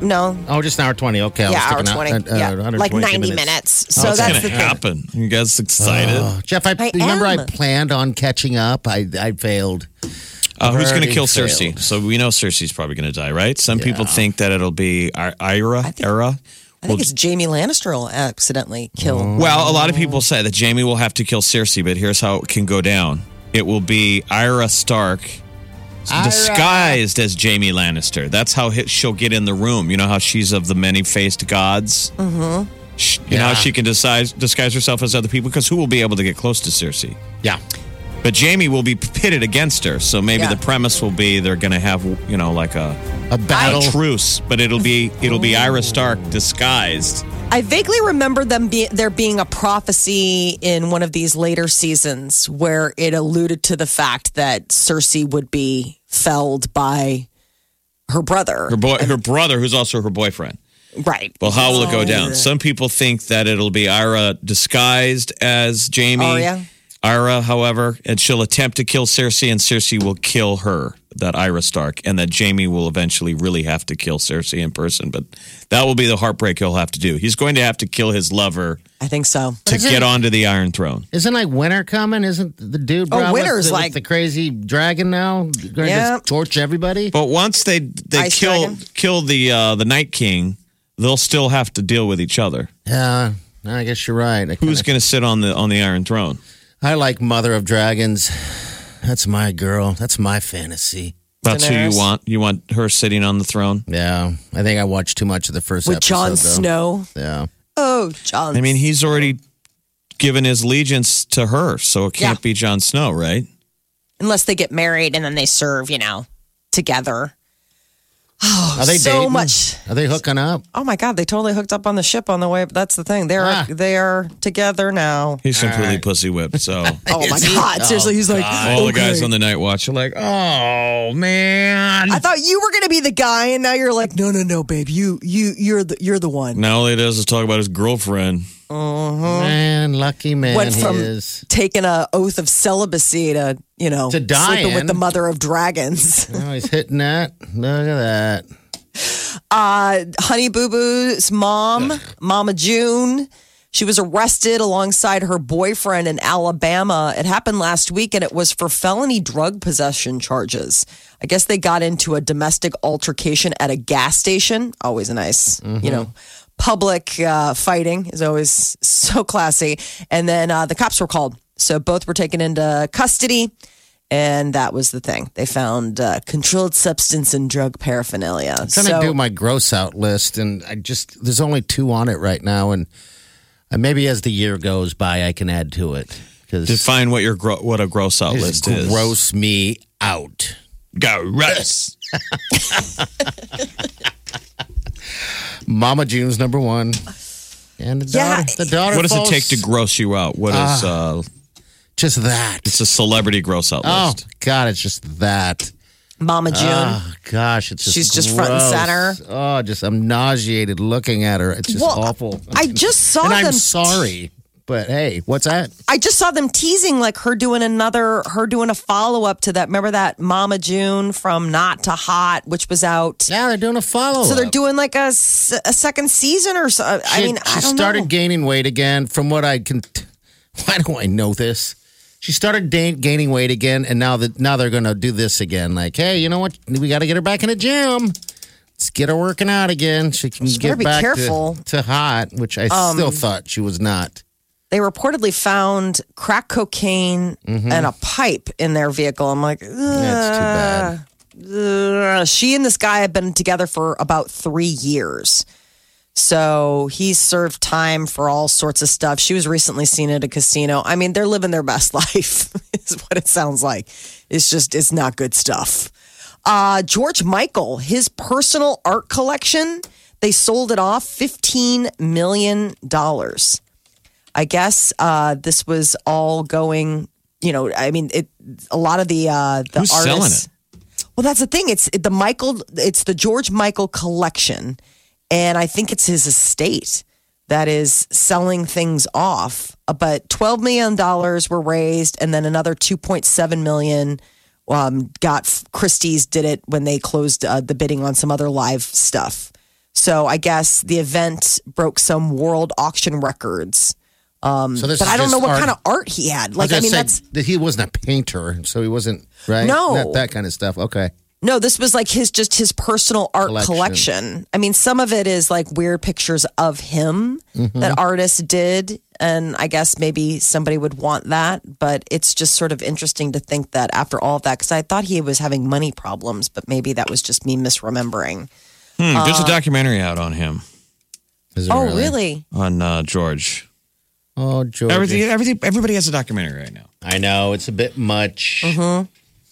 [SPEAKER 3] No.
[SPEAKER 5] Oh, just an hour twenty. Okay, I was
[SPEAKER 3] Yeah, hour
[SPEAKER 5] thinking
[SPEAKER 3] 20.
[SPEAKER 5] out- uh,
[SPEAKER 3] yeah.
[SPEAKER 5] uh,
[SPEAKER 3] Like
[SPEAKER 5] 122
[SPEAKER 3] 90 minutes. So
[SPEAKER 4] What's
[SPEAKER 3] that's
[SPEAKER 4] going
[SPEAKER 3] the
[SPEAKER 4] to
[SPEAKER 3] thing.
[SPEAKER 4] happen? You guys excited?
[SPEAKER 5] Oh, Jeff, I,
[SPEAKER 3] I
[SPEAKER 5] remember
[SPEAKER 3] am.
[SPEAKER 5] I planned on catching up. I I failed.
[SPEAKER 4] Uh, who's going to
[SPEAKER 5] Already
[SPEAKER 4] kill
[SPEAKER 5] failed.
[SPEAKER 4] Cersei? So we know Cersei's probably going to die, right? Some people think that it'll be Ar- Ira, Era.
[SPEAKER 3] I think it's Jamie Lannister will accidentally kill.
[SPEAKER 5] Oh.
[SPEAKER 4] Well, a lot of people say that Jamie will have to kill Cersei, but here's how it can go down. It will be Ira Stark disguised as Jamie Lannister. That's how he- she'll get in the room. You know how she's of the many faced gods? Mm-hmm. you know how
[SPEAKER 5] Yeah.
[SPEAKER 4] she can disguise, disguise herself as other people? Because who will be able to get close to Cersei?
[SPEAKER 5] Yeah.
[SPEAKER 4] But Jamie will be pitted against her. So maybe
[SPEAKER 3] Yeah.
[SPEAKER 4] the premise will be they're going to have, you know, like a,
[SPEAKER 5] A battle.
[SPEAKER 4] a truce, but it'll be it'll be Ira Stark disguised.
[SPEAKER 3] I vaguely remember them be- there being a prophecy in one of these later seasons where it alluded to the fact that Cersei would be felled by her brother.
[SPEAKER 4] Her boy, her brother who's also her boyfriend.
[SPEAKER 3] right.
[SPEAKER 4] Well, how will
[SPEAKER 3] Oh.
[SPEAKER 4] it go down? Some people think that it'll be Ira disguised as Jamie.
[SPEAKER 3] Arya?
[SPEAKER 4] Ira, however, and she'll attempt to kill Cersei, and Cersei will kill her, that Ira Stark, and that Jamie will eventually really have to kill Cersei in person. But that will be the heartbreak he'll have to do. He's going to have to kill his lover
[SPEAKER 3] I think so.
[SPEAKER 4] to get onto the Iron Throne.
[SPEAKER 5] Isn't like winter coming? Isn't the dude?
[SPEAKER 3] Oh,
[SPEAKER 5] bro, with
[SPEAKER 3] winter's
[SPEAKER 5] the, with
[SPEAKER 3] like-
[SPEAKER 5] the crazy dragon now. Going
[SPEAKER 3] Yeah.
[SPEAKER 5] to torch everybody.
[SPEAKER 4] But once they they
[SPEAKER 3] Ice
[SPEAKER 4] kill
[SPEAKER 3] Dragon?
[SPEAKER 4] kill the uh, the Night King, they'll still have to deal with each other.
[SPEAKER 5] Yeah, I guess you're right. I,
[SPEAKER 4] Who's going to sit on the on the Iron Throne?
[SPEAKER 5] I like Mother of Dragons. That's my girl. That's my fantasy.
[SPEAKER 4] That's who
[SPEAKER 3] Daenerys.
[SPEAKER 4] you want. You want her sitting on the throne.
[SPEAKER 5] Yeah, I think I watched too much of the first
[SPEAKER 3] With
[SPEAKER 5] episode,
[SPEAKER 3] Jon
[SPEAKER 5] though.
[SPEAKER 3] Snow.
[SPEAKER 5] Yeah,
[SPEAKER 3] Oh, Jon.
[SPEAKER 4] I mean, he's already given his allegiance to her, so it can't be Jon Snow, right?
[SPEAKER 3] unless they get married and then they serve, you know, together. Oh,
[SPEAKER 5] are they
[SPEAKER 3] so
[SPEAKER 5] dating?
[SPEAKER 3] much.
[SPEAKER 5] Are they hooking up?
[SPEAKER 3] Oh my God, they totally hooked up on the ship on the way. That's the thing. They're
[SPEAKER 5] Ah.
[SPEAKER 3] they are together now.
[SPEAKER 4] He's completely pussy whipped. So
[SPEAKER 3] Oh my God. Seriously, he's like,
[SPEAKER 4] Oh, all the guys on the Night Watch are like, "Oh man!"
[SPEAKER 3] I thought you were gonna be the guy, and now you're like, no, no, no, babe, you, you, you're the, you're the one.
[SPEAKER 4] Now all he does is talk about his girlfriend.
[SPEAKER 5] Man, lucky man
[SPEAKER 3] Went from
[SPEAKER 5] he is.
[SPEAKER 3] taking a oath of celibacy to, you know,
[SPEAKER 5] To
[SPEAKER 3] sleeping with
[SPEAKER 5] dying.
[SPEAKER 3] the mother of dragons.
[SPEAKER 5] Oh, he's hitting that. Look at that.
[SPEAKER 3] Uh, Honey Boo Boo's mom, Mama June, she was arrested alongside her boyfriend in Alabama. It happened last week, and it was for felony drug possession charges. I guess they got into a domestic altercation at a gas station. Always a nice,
[SPEAKER 5] Mm-hmm.
[SPEAKER 3] you know. Public uh, fighting is always so classy. And then uh, the cops were called. So both were taken into custody. And that was the thing. They found uh, controlled substance and drug paraphernalia.
[SPEAKER 5] trying
[SPEAKER 3] so,
[SPEAKER 5] to do my gross out list, and I just there's only two on it right now, and and maybe as the year goes by, I can add to it because
[SPEAKER 4] Define what your gro- what a gross out list is.
[SPEAKER 5] gross me out.
[SPEAKER 4] gross.
[SPEAKER 5] Mama June's number one, and the
[SPEAKER 3] Yeah.
[SPEAKER 5] daughter. The daughter
[SPEAKER 4] What does it
[SPEAKER 5] falls-
[SPEAKER 4] take to gross you out? What is uh,
[SPEAKER 5] just that?
[SPEAKER 4] it's a celebrity gross out
[SPEAKER 5] Ah. Oh
[SPEAKER 4] list?
[SPEAKER 5] God, it's just that.
[SPEAKER 3] Mama June.
[SPEAKER 5] Oh gosh, it's just
[SPEAKER 3] She's just front and
[SPEAKER 5] gross.
[SPEAKER 3] center.
[SPEAKER 5] Oh, just I'm nauseated looking at her. It's just
[SPEAKER 3] Well,
[SPEAKER 5] awful.
[SPEAKER 3] I just saw
[SPEAKER 5] and I'm
[SPEAKER 3] them.
[SPEAKER 5] sorry, but hey, what's that?
[SPEAKER 3] I just saw them teasing like her doing another, her doing a follow up to that. Remember that Mama June from Not to Hot, which was out.
[SPEAKER 5] Yeah, they're doing a follow.
[SPEAKER 3] So they're doing like a, s- a second season or so. I
[SPEAKER 5] She-
[SPEAKER 3] mean,
[SPEAKER 5] she
[SPEAKER 3] I don't
[SPEAKER 5] started
[SPEAKER 3] know.
[SPEAKER 5] gaining weight again. From what I can, t- why do I know this? She started da- gaining weight again, and now that now they're going to do this again. Like, hey, you know what? We got to get her back in the gym. Let's get her working out again. She can
[SPEAKER 3] better
[SPEAKER 5] get
[SPEAKER 3] be
[SPEAKER 5] back to-
[SPEAKER 3] careful. Um,
[SPEAKER 5] To, hot, which I still thought she was not.
[SPEAKER 3] they reportedly found crack cocaine and a pipe in their vehicle. I'm like,
[SPEAKER 5] Mm-hmm. That's too bad.
[SPEAKER 3] Ugh. Uh, she and this guy have been together for about three years. So he served time for all sorts of stuff. She was recently seen at a casino. I mean, they're living their best life, is what it sounds like. It's just, it's not good stuff. Uh, George Michael, his personal art collection, they sold it off $15 million. I guess uh, this was all going, you know, I mean, it, a lot of the, uh, the
[SPEAKER 4] Who's
[SPEAKER 3] artists.
[SPEAKER 4] selling it?
[SPEAKER 3] Well, that's the thing. It's the Michael. It's the George Michael collection, and I think it's his estate that is selling things off. Uh, But twelve million dollars were raised, and then another two point seven million um, got Christie's did it when they closed uh, the bidding on some other live stuff. So I guess the event broke some world auction records.
[SPEAKER 5] So this
[SPEAKER 3] um, But
[SPEAKER 5] is
[SPEAKER 3] I don't know
[SPEAKER 5] just
[SPEAKER 3] what
[SPEAKER 5] art-
[SPEAKER 3] kind of art he
[SPEAKER 5] I
[SPEAKER 3] had.
[SPEAKER 5] was
[SPEAKER 3] Like I
[SPEAKER 5] gonna
[SPEAKER 3] mean,
[SPEAKER 5] say
[SPEAKER 3] that's
[SPEAKER 5] that he wasn't a painter, so he wasn't right.
[SPEAKER 3] No.
[SPEAKER 5] not that kind of stuff. Okay,
[SPEAKER 3] No, this was like his just his personal art collection.
[SPEAKER 5] Collection.
[SPEAKER 3] I mean, some of it is like weird pictures of him
[SPEAKER 5] Mm-hmm.
[SPEAKER 3] that artists did, and I guess maybe somebody would want that. But it's just sort of interesting to think that after all of that, because I thought he was having money problems, but maybe that was just me misremembering.
[SPEAKER 4] Hmm, there's
[SPEAKER 5] Ah.
[SPEAKER 4] a documentary out on him
[SPEAKER 5] Is it
[SPEAKER 3] Oh, really?
[SPEAKER 4] on uh, George.
[SPEAKER 5] Oh, George.
[SPEAKER 4] Everything, everything, everybody has a documentary right now.
[SPEAKER 5] I know it's a bit much.
[SPEAKER 4] Mm-hmm.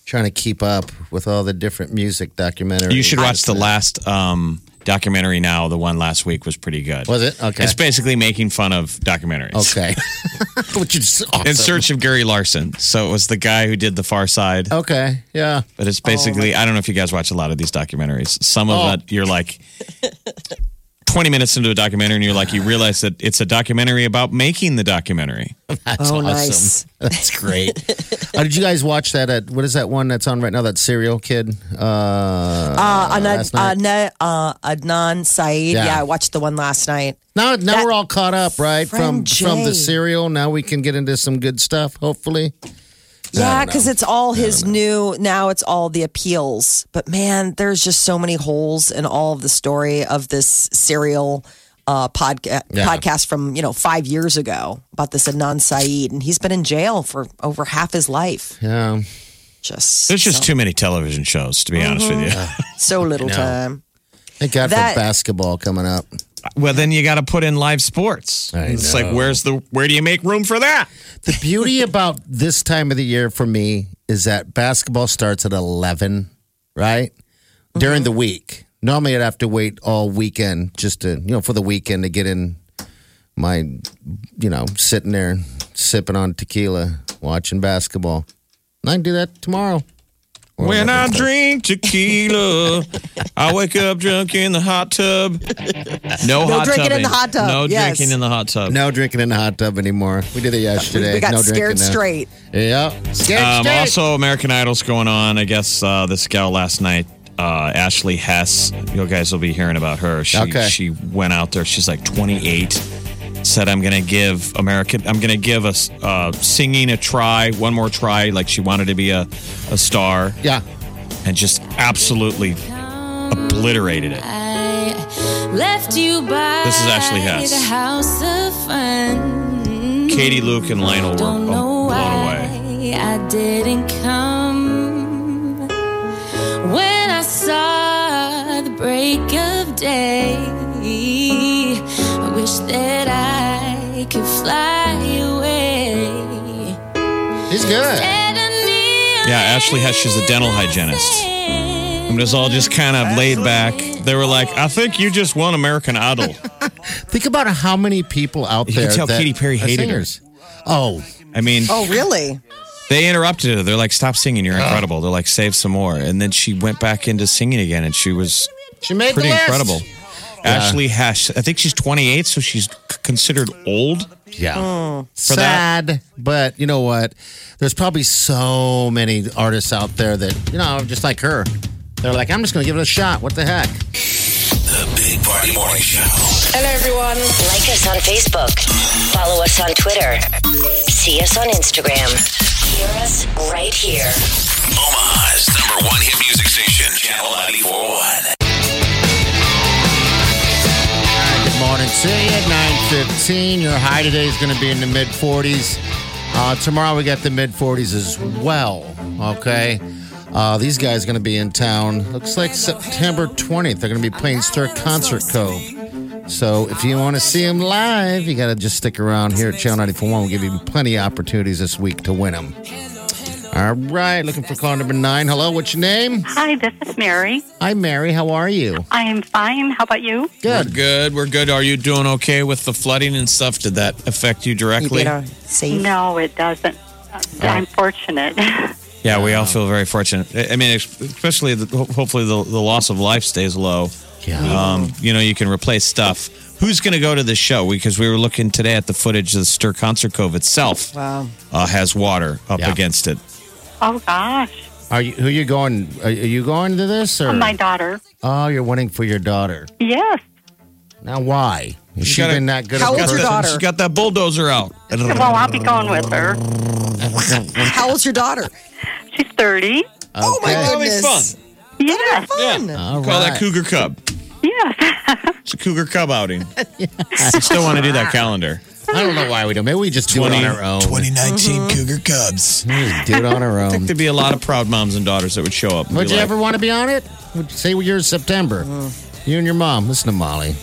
[SPEAKER 5] Trying to keep up with all the different music documentaries.
[SPEAKER 4] You should watch the last um, documentary now. The one last week was pretty good.
[SPEAKER 5] Was it okay?
[SPEAKER 4] It's basically making fun of documentaries.
[SPEAKER 5] okay, which is awesome.
[SPEAKER 4] In search of Gary Larson. So it was the guy who did The Far Side.
[SPEAKER 5] Okay, yeah.
[SPEAKER 4] But it's basically, I don't know if you guys watch a lot of these documentaries. Some of
[SPEAKER 5] Oh.
[SPEAKER 4] it, you're like, 20 minutes into a documentary and you're like, you realize that it's a documentary about making the documentary.
[SPEAKER 5] That's awesome.
[SPEAKER 3] Oh, nice.
[SPEAKER 5] That's great. uh, did you guys watch that? At, what is that one that's on right now? That serial kid. Uh,
[SPEAKER 3] Uh, Adnan,
[SPEAKER 5] last night.
[SPEAKER 3] Adnan, uh, Adnan Saeed.
[SPEAKER 5] Yeah.
[SPEAKER 3] Yeah. I watched the one last night.
[SPEAKER 5] now, now
[SPEAKER 3] that-
[SPEAKER 5] we're all caught up, right? From
[SPEAKER 3] Friend
[SPEAKER 5] from the
[SPEAKER 3] Jay.
[SPEAKER 5] serial. Now we can get into some good stuff. Hopefully.
[SPEAKER 3] Yeah,
[SPEAKER 5] don't know.
[SPEAKER 3] because it's all his new. Now it's all the appeals. But man, there's just so many holes in all of the story of this serial uh, podca-
[SPEAKER 5] Yeah.
[SPEAKER 3] podcast from you know five years ago about this Adnan Saeed, and he's been in jail for over half his life.
[SPEAKER 5] Yeah.
[SPEAKER 3] Just
[SPEAKER 4] There's just
[SPEAKER 3] so,
[SPEAKER 4] too many television shows, to be honest
[SPEAKER 5] Mm-hmm.
[SPEAKER 4] with you.
[SPEAKER 3] so little time.
[SPEAKER 5] Thank God
[SPEAKER 3] That-
[SPEAKER 5] for basketball coming up.
[SPEAKER 4] Well, then you got to put in live sports.
[SPEAKER 5] I
[SPEAKER 4] it's like, where's the, where do you make room for that?
[SPEAKER 5] The beauty about this time of the year for me is that basketball starts at 11, right?
[SPEAKER 3] Mm-hmm.
[SPEAKER 5] During the week. Normally I'd have to wait all weekend just to, you know, for the weekend to get in my, you know, sitting there sipping on tequila, watching basketball. And I can do that tomorrow. Or
[SPEAKER 4] When I
[SPEAKER 5] whatever.
[SPEAKER 4] drink tequila, I wake up drunk in the hot tub. No, hot
[SPEAKER 3] drinking
[SPEAKER 4] tubbing.
[SPEAKER 3] in the hot tub,
[SPEAKER 4] No
[SPEAKER 3] yes.
[SPEAKER 4] drinking in the hot tub. Um,
[SPEAKER 5] No drinking in the hot tub anymore. We did it yesterday.
[SPEAKER 3] We got
[SPEAKER 5] no
[SPEAKER 3] scared
[SPEAKER 5] drinking now.
[SPEAKER 3] straight.
[SPEAKER 5] Yeah. Scared
[SPEAKER 4] Um,
[SPEAKER 5] straight.
[SPEAKER 4] also, American Idol's going on. I guess uh, this gal last night, uh, Ashley Hess. You guys will be hearing about her. She,
[SPEAKER 5] Okay.
[SPEAKER 4] she went out there. She's like 28. Said I'm gonna give American. I'm gonna give us uh, singing a try, one more try. Like she wanted to be a, a star,
[SPEAKER 5] yeah.
[SPEAKER 4] and just absolutely obliterated it.
[SPEAKER 9] Left you by
[SPEAKER 4] This is Ashley Hess.
[SPEAKER 9] the house of fun.
[SPEAKER 4] Katie, Luke, and Lionel were
[SPEAKER 9] Don't know
[SPEAKER 4] blown
[SPEAKER 9] why
[SPEAKER 4] Oh, away.
[SPEAKER 9] I didn't come when I saw the break of day. I wish that I could fly away.
[SPEAKER 5] He's good.
[SPEAKER 4] Yeah, Ashley Hess, she's a dental hygienist. It was all just kind of laid back. They were like, I think you just won American Idol.
[SPEAKER 5] Think about how many people out
[SPEAKER 4] You
[SPEAKER 5] there.
[SPEAKER 4] can tell
[SPEAKER 5] that
[SPEAKER 4] Katy Perry
[SPEAKER 5] are
[SPEAKER 4] hated her.
[SPEAKER 5] singers. Oh,
[SPEAKER 4] I mean,
[SPEAKER 3] Oh, really?
[SPEAKER 4] they interrupted her. They're like, stop singing. You're incredible. They're like, save some more. And then she went back into singing again, and she was
[SPEAKER 5] she made
[SPEAKER 4] pretty
[SPEAKER 5] the list.
[SPEAKER 4] incredible. Ashley Hess, I think she's 28, so she's c- considered old.
[SPEAKER 5] Yeah,
[SPEAKER 4] For that-
[SPEAKER 5] Oh, sad, but you know what? There's probably so many artists out there that you know, just like her. They're like, I'm just going to give it a shot. What the heck?
[SPEAKER 2] The Big Party Morning Show.
[SPEAKER 8] Hello, everyone. Like us on Facebook. Follow us on Twitter. See us on Instagram. Hear us right here.
[SPEAKER 2] Omaha's number one hit music station, Channel 941.
[SPEAKER 5] All right, good morning. See you at 9:15. Your high today is going to be in the mid 40s. Uh, tomorrow we got the mid 40s as well. Okay. Uh, these guys are going to be in town. Looks like September 20th. They're going to be playing Stir Concert Cove. So if you want to see them live, you got to just stick around here at Channel 94.1. We'll give you plenty of opportunities this week to win them. All right, looking for call number nine. Hello, what's your name?
[SPEAKER 10] Hi, this is Mary.
[SPEAKER 5] Hi, Mary. How are you?
[SPEAKER 10] I am fine. How about you?
[SPEAKER 4] We're good. We're good. Are you doing okay with the flooding and stuff? Did that affect you
[SPEAKER 3] You
[SPEAKER 4] directly?
[SPEAKER 3] better say
[SPEAKER 10] No, it doesn't. I'm fortunate.
[SPEAKER 4] Yeah, we all feel very fortunate. I I mean, ex- especially the, ho- hopefully the, the loss of life stays low.
[SPEAKER 5] Yeah.
[SPEAKER 4] Um, you know, you can replace stuff. Who's going to go to the show? Because we were looking today at the footage of the Stir Concert Cove itself.
[SPEAKER 3] Wow.
[SPEAKER 4] Uh, has water up
[SPEAKER 5] Yeah.
[SPEAKER 4] against it.
[SPEAKER 10] oh gosh,
[SPEAKER 5] Are you who you going? Are you going to this or
[SPEAKER 10] my daughter.
[SPEAKER 5] Oh, you're winning for your daughter.
[SPEAKER 10] Yes.
[SPEAKER 5] Now, why? Has she
[SPEAKER 4] gotta-
[SPEAKER 5] been that good?
[SPEAKER 3] How
[SPEAKER 5] of a
[SPEAKER 3] old's your
[SPEAKER 5] person?
[SPEAKER 3] daughter?
[SPEAKER 4] She's got that bulldozer out.
[SPEAKER 5] Oh,
[SPEAKER 10] Well, I'll be going with her.
[SPEAKER 3] How old's your daughter?
[SPEAKER 10] She's 30.
[SPEAKER 3] Oh my
[SPEAKER 5] Okay.
[SPEAKER 4] That'll be
[SPEAKER 3] goodness!
[SPEAKER 4] fun.
[SPEAKER 10] Yes.
[SPEAKER 3] Fun.
[SPEAKER 5] All
[SPEAKER 4] Call that
[SPEAKER 5] right.
[SPEAKER 4] Cougar Cub.
[SPEAKER 10] Yes.
[SPEAKER 4] It's a Cougar Cub outing. I still want to do that calendar.
[SPEAKER 5] I don't know why we don't. Maybe we just do it
[SPEAKER 4] 20
[SPEAKER 5] on our own. Mm-hmm.
[SPEAKER 2] 2019 Cougar Cubs.
[SPEAKER 5] We just do it on our own.
[SPEAKER 4] There'd be a lot of proud moms and daughters that would show up. and
[SPEAKER 5] Would
[SPEAKER 4] be
[SPEAKER 5] you
[SPEAKER 4] like,
[SPEAKER 5] ever want to be on it? Would you say you're September?
[SPEAKER 4] Mm.
[SPEAKER 5] You and your mom. Listen to Molly.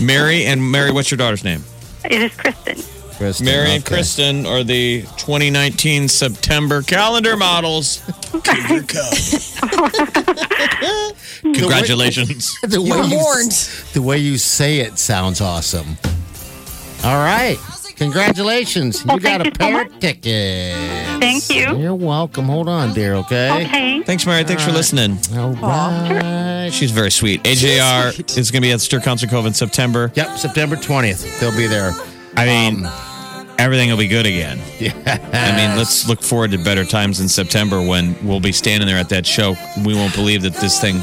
[SPEAKER 4] Mary and Mary, what's your daughter's name?
[SPEAKER 10] It is Kristen.
[SPEAKER 5] Kristen,
[SPEAKER 4] Mary
[SPEAKER 5] okay.
[SPEAKER 4] and Kristen are the 2019 September calendar models.
[SPEAKER 2] Cougar Cubs.
[SPEAKER 4] Congratulations.
[SPEAKER 5] The way
[SPEAKER 3] You were
[SPEAKER 5] you,
[SPEAKER 3] warned.
[SPEAKER 5] The way you say it sounds awesome. All right. Congratulations.
[SPEAKER 10] Well,
[SPEAKER 5] you
[SPEAKER 10] thank
[SPEAKER 5] got a
[SPEAKER 10] you so
[SPEAKER 5] pair
[SPEAKER 10] much.
[SPEAKER 5] ticket.
[SPEAKER 10] Thank you.
[SPEAKER 5] You're welcome. Hold on, dear, okay?
[SPEAKER 10] Okay.
[SPEAKER 4] Thanks, Mary. Thanks for listening.
[SPEAKER 5] All right.
[SPEAKER 4] She's very sweet. AJR is going to be at Stir Concert Cove in September.
[SPEAKER 5] Yep, September 20th. They'll be there.
[SPEAKER 4] I mean, everything will be good again. I
[SPEAKER 5] Um, Yeah.
[SPEAKER 4] mean, let's look forward to better times in September when we'll be standing there at that show. We won't believe that this thing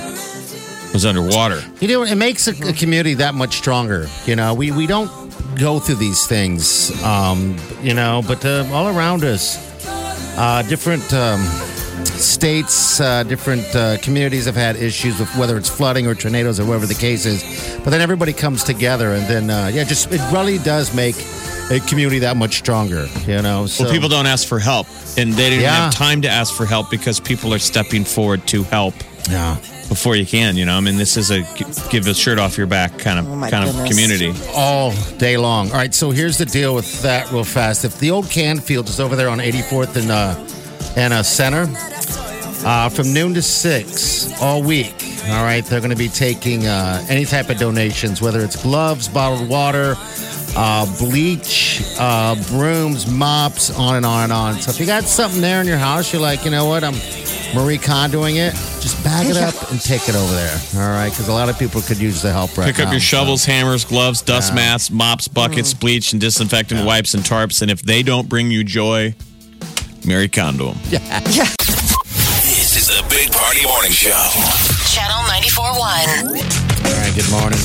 [SPEAKER 4] was underwater.
[SPEAKER 5] You know, it makes a, a community that much stronger. You know, we, we don't go through these things, um, you know, but uh, all around us, uh, different um, states, uh, different uh, communities have had issues with whether it's flooding or tornadoes or whatever the case is. But then everybody comes together, and then, uh, yeah, just it really does make a community that much stronger, you know. So,
[SPEAKER 4] Well, people don't ask for help, and they didn't
[SPEAKER 5] Yeah.
[SPEAKER 4] have time to ask for help because people are stepping forward to help
[SPEAKER 5] Yeah.
[SPEAKER 4] before you can. You know, I mean, this is a g- give a shirt off your back kind of
[SPEAKER 3] Oh my
[SPEAKER 4] kind of
[SPEAKER 3] goodness.
[SPEAKER 4] community.
[SPEAKER 5] all day long. All right, so here's the deal with that real fast. If the old Canfield is over there on 84th and uh, and uh, Center, uh, from noon to six all week. All right, they're going to be taking uh, any type of donations, whether it's gloves, bottled water, uh, bleach, uh, brooms, mops, on and on and on. So if you got something there in your house, you're like, you know what, I'm Marie Kondoing it. Just bag it up and take it over there. All right, because a lot of people could use the help right
[SPEAKER 4] Pick
[SPEAKER 5] now.
[SPEAKER 4] up your shovels, hammers, gloves, dust masks, mops, buckets,
[SPEAKER 3] Mm.
[SPEAKER 4] bleach, and disinfectant wipes and tarps. And if they don't bring you joy, Mary Condom.
[SPEAKER 2] This is the Big Party Morning Show.
[SPEAKER 8] Channel 94.1.
[SPEAKER 5] All right, good morning.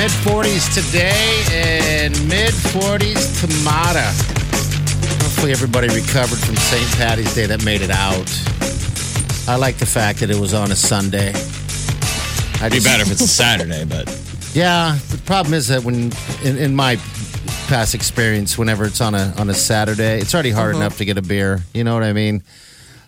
[SPEAKER 5] Mid 40s today and mid 40s tomorrow. Hopefully, everybody recovered from St. Patty's Day that made it out. I like the fact that it was on a Sunday. I'd
[SPEAKER 4] Be better if it's a Saturday, but
[SPEAKER 5] Yeah, the problem is that when, in, in my past experience, whenever it's on a on a Saturday, it's already
[SPEAKER 4] Mm-hmm.
[SPEAKER 5] hard enough to get a beer. You know what I mean?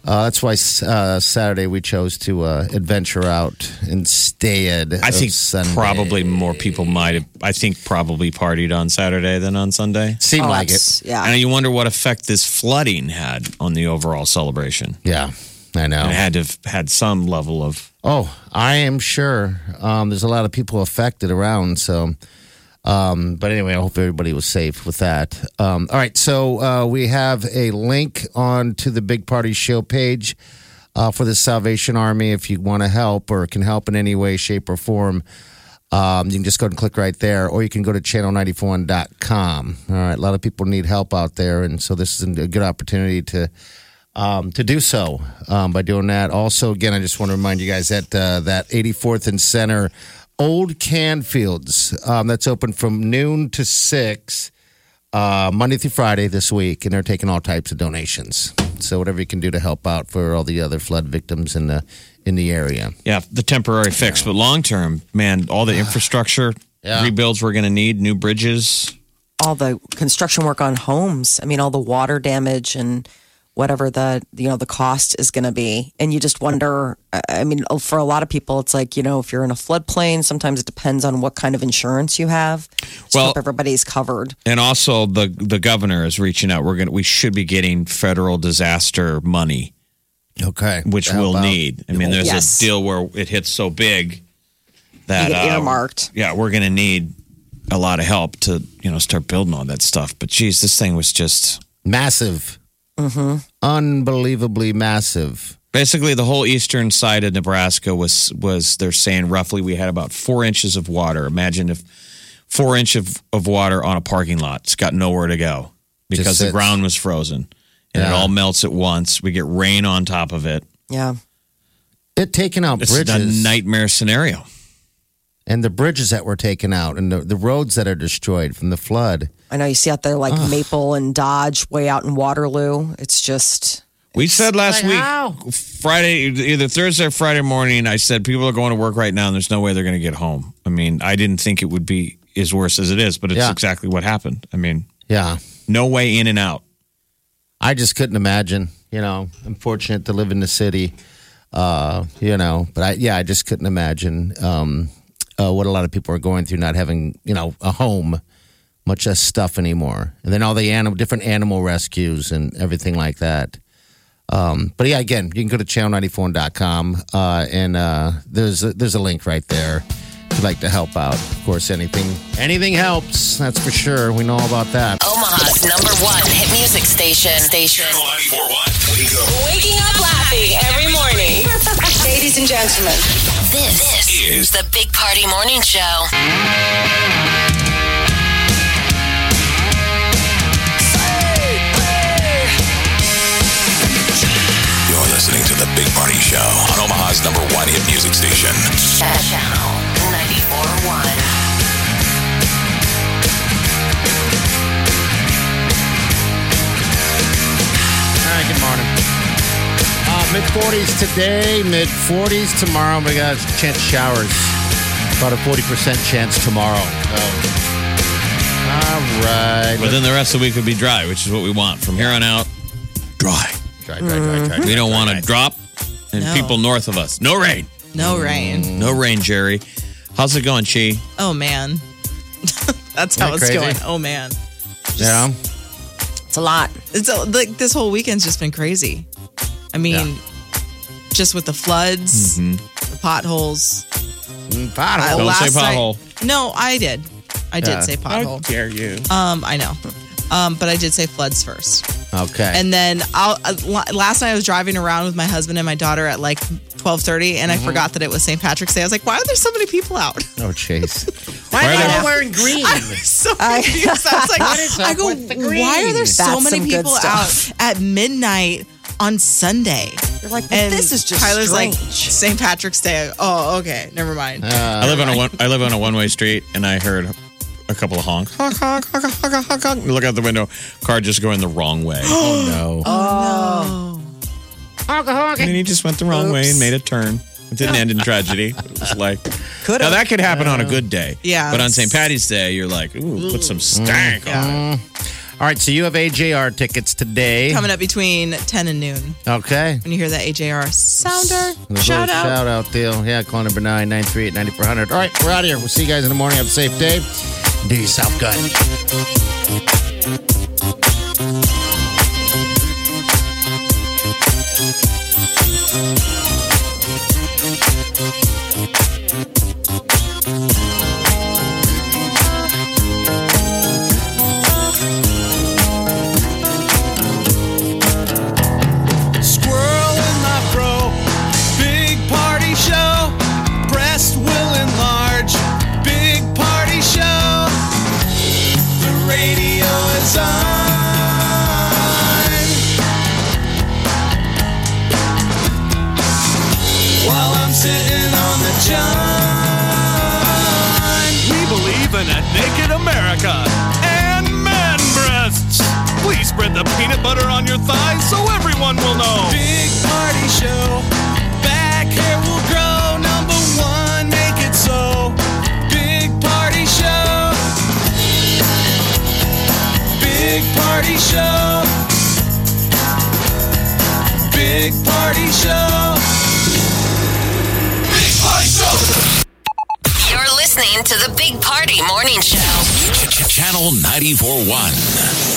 [SPEAKER 5] Uh, that's why uh, Saturday we chose to uh, adventure out instead.
[SPEAKER 4] I
[SPEAKER 5] of
[SPEAKER 4] think
[SPEAKER 5] Sunday.
[SPEAKER 4] probably more people might have. I think probably partied on Saturday than on Sunday.
[SPEAKER 5] seemed like it.
[SPEAKER 3] That's- Yeah.
[SPEAKER 4] And you wonder what effect this flooding had on the overall celebration.
[SPEAKER 5] Yeah, I know.
[SPEAKER 4] It had to have had some level of.
[SPEAKER 5] Oh, I am sure. Um, there's a lot of people affected around. So, um, but anyway, I hope everybody was safe with that. Um, all right, so uh, we have a link on to the Big Party Show page uh, for the Salvation Army. If you want to help or can help in any way, shape, or form, um, you can just go and click right there, or you can go to channel941.com. All right, a lot of people need help out there, and so this is a good opportunity to um, to do so um, by doing that. Also, again, I just want to remind you guys that uh, that 84th and Center, Old Canfields, um, that's open from noon to six, uh, Monday through Friday this week, and they're taking all types of donations. So whatever you can do to help out for all the other flood victims in the in the area.
[SPEAKER 4] Yeah, the temporary fix, but long term, man, all the infrastructure
[SPEAKER 5] Yeah.
[SPEAKER 4] rebuilds we're going to need, new bridges.
[SPEAKER 3] all the construction work on homes. I mean, all the water damage and whatever the you know the cost is going to be. And you just wonder. I I mean, oh, for a lot of people, it's like you know, if you're in a floodplain, sometimes it depends on what kind of insurance you have. Just
[SPEAKER 4] Well-
[SPEAKER 3] hope everybody's covered.
[SPEAKER 4] And also, the the governor is reaching out. We're gonna we should be getting federal disaster money,
[SPEAKER 5] Okay,
[SPEAKER 4] which
[SPEAKER 5] How
[SPEAKER 4] we'll
[SPEAKER 5] about-
[SPEAKER 4] need. I mean, there's
[SPEAKER 3] Yes.
[SPEAKER 4] a deal where it hits so big that
[SPEAKER 3] You get
[SPEAKER 4] uh,
[SPEAKER 3] earmarked.
[SPEAKER 4] yeah, we're going to need a lot of help to you know start building all that stuff. But geez, this thing was just
[SPEAKER 5] massive, unbelievably massive.
[SPEAKER 4] Basically, the whole eastern side of Nebraska was was they're saying roughly we had about four inches of water. Imagine if four inch of, of water on a parking lot. It's got nowhere to go because
[SPEAKER 5] Just
[SPEAKER 4] the
[SPEAKER 5] sits.
[SPEAKER 4] ground was frozen and it
[SPEAKER 5] Yeah.
[SPEAKER 4] all melts at once. We get rain on top of it.
[SPEAKER 3] Yeah.
[SPEAKER 5] It taking out
[SPEAKER 4] It's
[SPEAKER 5] bridges.
[SPEAKER 4] a nightmare scenario.
[SPEAKER 5] and the bridges that were taken out and the, the roads that are destroyed from the flood.
[SPEAKER 3] I know you see out there like Maple and Dodge way out in Waterloo. It's just
[SPEAKER 4] We said last
[SPEAKER 5] Like,
[SPEAKER 4] week,
[SPEAKER 5] how?
[SPEAKER 4] Friday, either Thursday or Friday morning, I said people are going to work right now and there's no way they're going to get home. I mean, I didn't think it would be as worse as it is, but it's
[SPEAKER 5] Yeah.
[SPEAKER 4] exactly what happened. I mean,
[SPEAKER 5] Yeah.
[SPEAKER 4] no way in and out.
[SPEAKER 5] I just couldn't imagine. You know, I'm fortunate to live in the city. Uh, you know, but I yeah, I just couldn't imagine um, uh, what a lot of people are going through, not having you know a home, much less stuff anymore, and then all the animal, different animal rescues and everything like that. Um, but yeah, again, you can go to channel94.com uh, and uh, there's a, there's a link right there. I'd like to help out. Of course, anything anything helps. That's for sure. We know all about that.
[SPEAKER 8] Omaha's number one hit music station. Station. Waking up laughing every morning. Ladies and gentlemen, this, is the Big Party Morning Show.
[SPEAKER 11] You're listening to the Big Party Show on Omaha's number one hit music station.
[SPEAKER 8] Channel 94.1.
[SPEAKER 5] All right, good morning. Uh, mid 40s today, mid 40s tomorrow. We got a chance showers. About a 40% chance tomorrow. So, all right.
[SPEAKER 4] But then the rest of the week would be dry, which is what we want. From here on out, dry.
[SPEAKER 5] Try, try, try, try,
[SPEAKER 4] We
[SPEAKER 5] try,
[SPEAKER 4] don't
[SPEAKER 5] try,
[SPEAKER 4] want to
[SPEAKER 5] try.
[SPEAKER 4] drop and
[SPEAKER 6] No.
[SPEAKER 4] people north of us. No rain.
[SPEAKER 6] No rain.
[SPEAKER 4] No rain, Jerry. How's it going, Chi?
[SPEAKER 6] Oh man, that's
[SPEAKER 4] Isn't that
[SPEAKER 6] how it's
[SPEAKER 4] crazy?
[SPEAKER 6] going. Oh man,
[SPEAKER 5] Yeah.
[SPEAKER 6] it's a lot. It's a, like this whole weekend's just been crazy. I mean, just with the floods, the potholes.
[SPEAKER 5] Pothole.
[SPEAKER 6] Uh,
[SPEAKER 4] Don't say
[SPEAKER 6] last night-
[SPEAKER 4] pothole.
[SPEAKER 6] no, I did. I did
[SPEAKER 5] Yeah.
[SPEAKER 6] say pothole.
[SPEAKER 4] dare you?
[SPEAKER 6] Um, I know. Um, but I did say floods first.
[SPEAKER 5] Okay.
[SPEAKER 6] And then I'll, uh, la- last night I was driving around with my husband and my daughter at like 12:30 and I forgot that it was St. Patrick's Day. I was like, why are there so many people out?
[SPEAKER 5] oh, jeez.
[SPEAKER 4] Why are they-
[SPEAKER 5] wearing green?
[SPEAKER 6] I was so confused. I was like,
[SPEAKER 5] What is up
[SPEAKER 6] I go,
[SPEAKER 5] with the green?
[SPEAKER 6] why are there so
[SPEAKER 3] That's
[SPEAKER 6] many
[SPEAKER 3] some good
[SPEAKER 6] people out
[SPEAKER 3] stuff.
[SPEAKER 6] at midnight on Sunday?
[SPEAKER 3] You're like,
[SPEAKER 6] And
[SPEAKER 3] this is just
[SPEAKER 6] Tyler's
[SPEAKER 3] strange.
[SPEAKER 6] like St. Patrick's Day. Oh, okay, never mind.
[SPEAKER 5] Uh,
[SPEAKER 4] I live on a one. I live on a one way street, and I heard a couple of honk, honk, honk, honk, honk, honk, honk. Look out the window. Car just going the wrong way.
[SPEAKER 5] oh, no.
[SPEAKER 4] And then he just went the wrong way and made a turn. It didn't end in tragedy. It was like, now that could happen on a good day.
[SPEAKER 6] Yeah.
[SPEAKER 4] But on St. Patty's Day, you're like, ooh, put some stank on it.
[SPEAKER 5] All right, so you have AJR tickets today.
[SPEAKER 6] Coming up between 10 and noon.
[SPEAKER 5] Okay.
[SPEAKER 6] When you hear that AJR sounder,
[SPEAKER 5] And a little
[SPEAKER 6] shout out.
[SPEAKER 5] Shout out deal. Yeah, call number 9 938 9400. All right, we're out of here. We'll see you guys in the morning. Have a safe day. Do yourself good.
[SPEAKER 12] Squirrel in my fro. Big party show. Breast will enlarge. Big party show. The radio is on. While I'm sitting on the john. We believe in a naked America and man breasts. Please spread the peanut butter on your thighs so everyone will know. Big party show. Back hair will grow. Number one, make it so. Big party show. Big party show. Big party show. Big party show.
[SPEAKER 8] You're listening to the Big Party Morning Show.
[SPEAKER 11] Channel 94.1.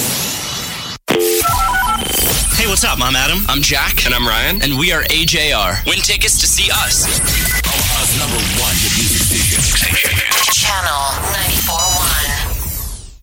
[SPEAKER 12] Hey, what's up? I'm Adam. I'm Jack. And I'm Ryan. And we are AJR. Win tickets to see us.
[SPEAKER 11] Omaha's number one hit music station.
[SPEAKER 8] Channel 94.1.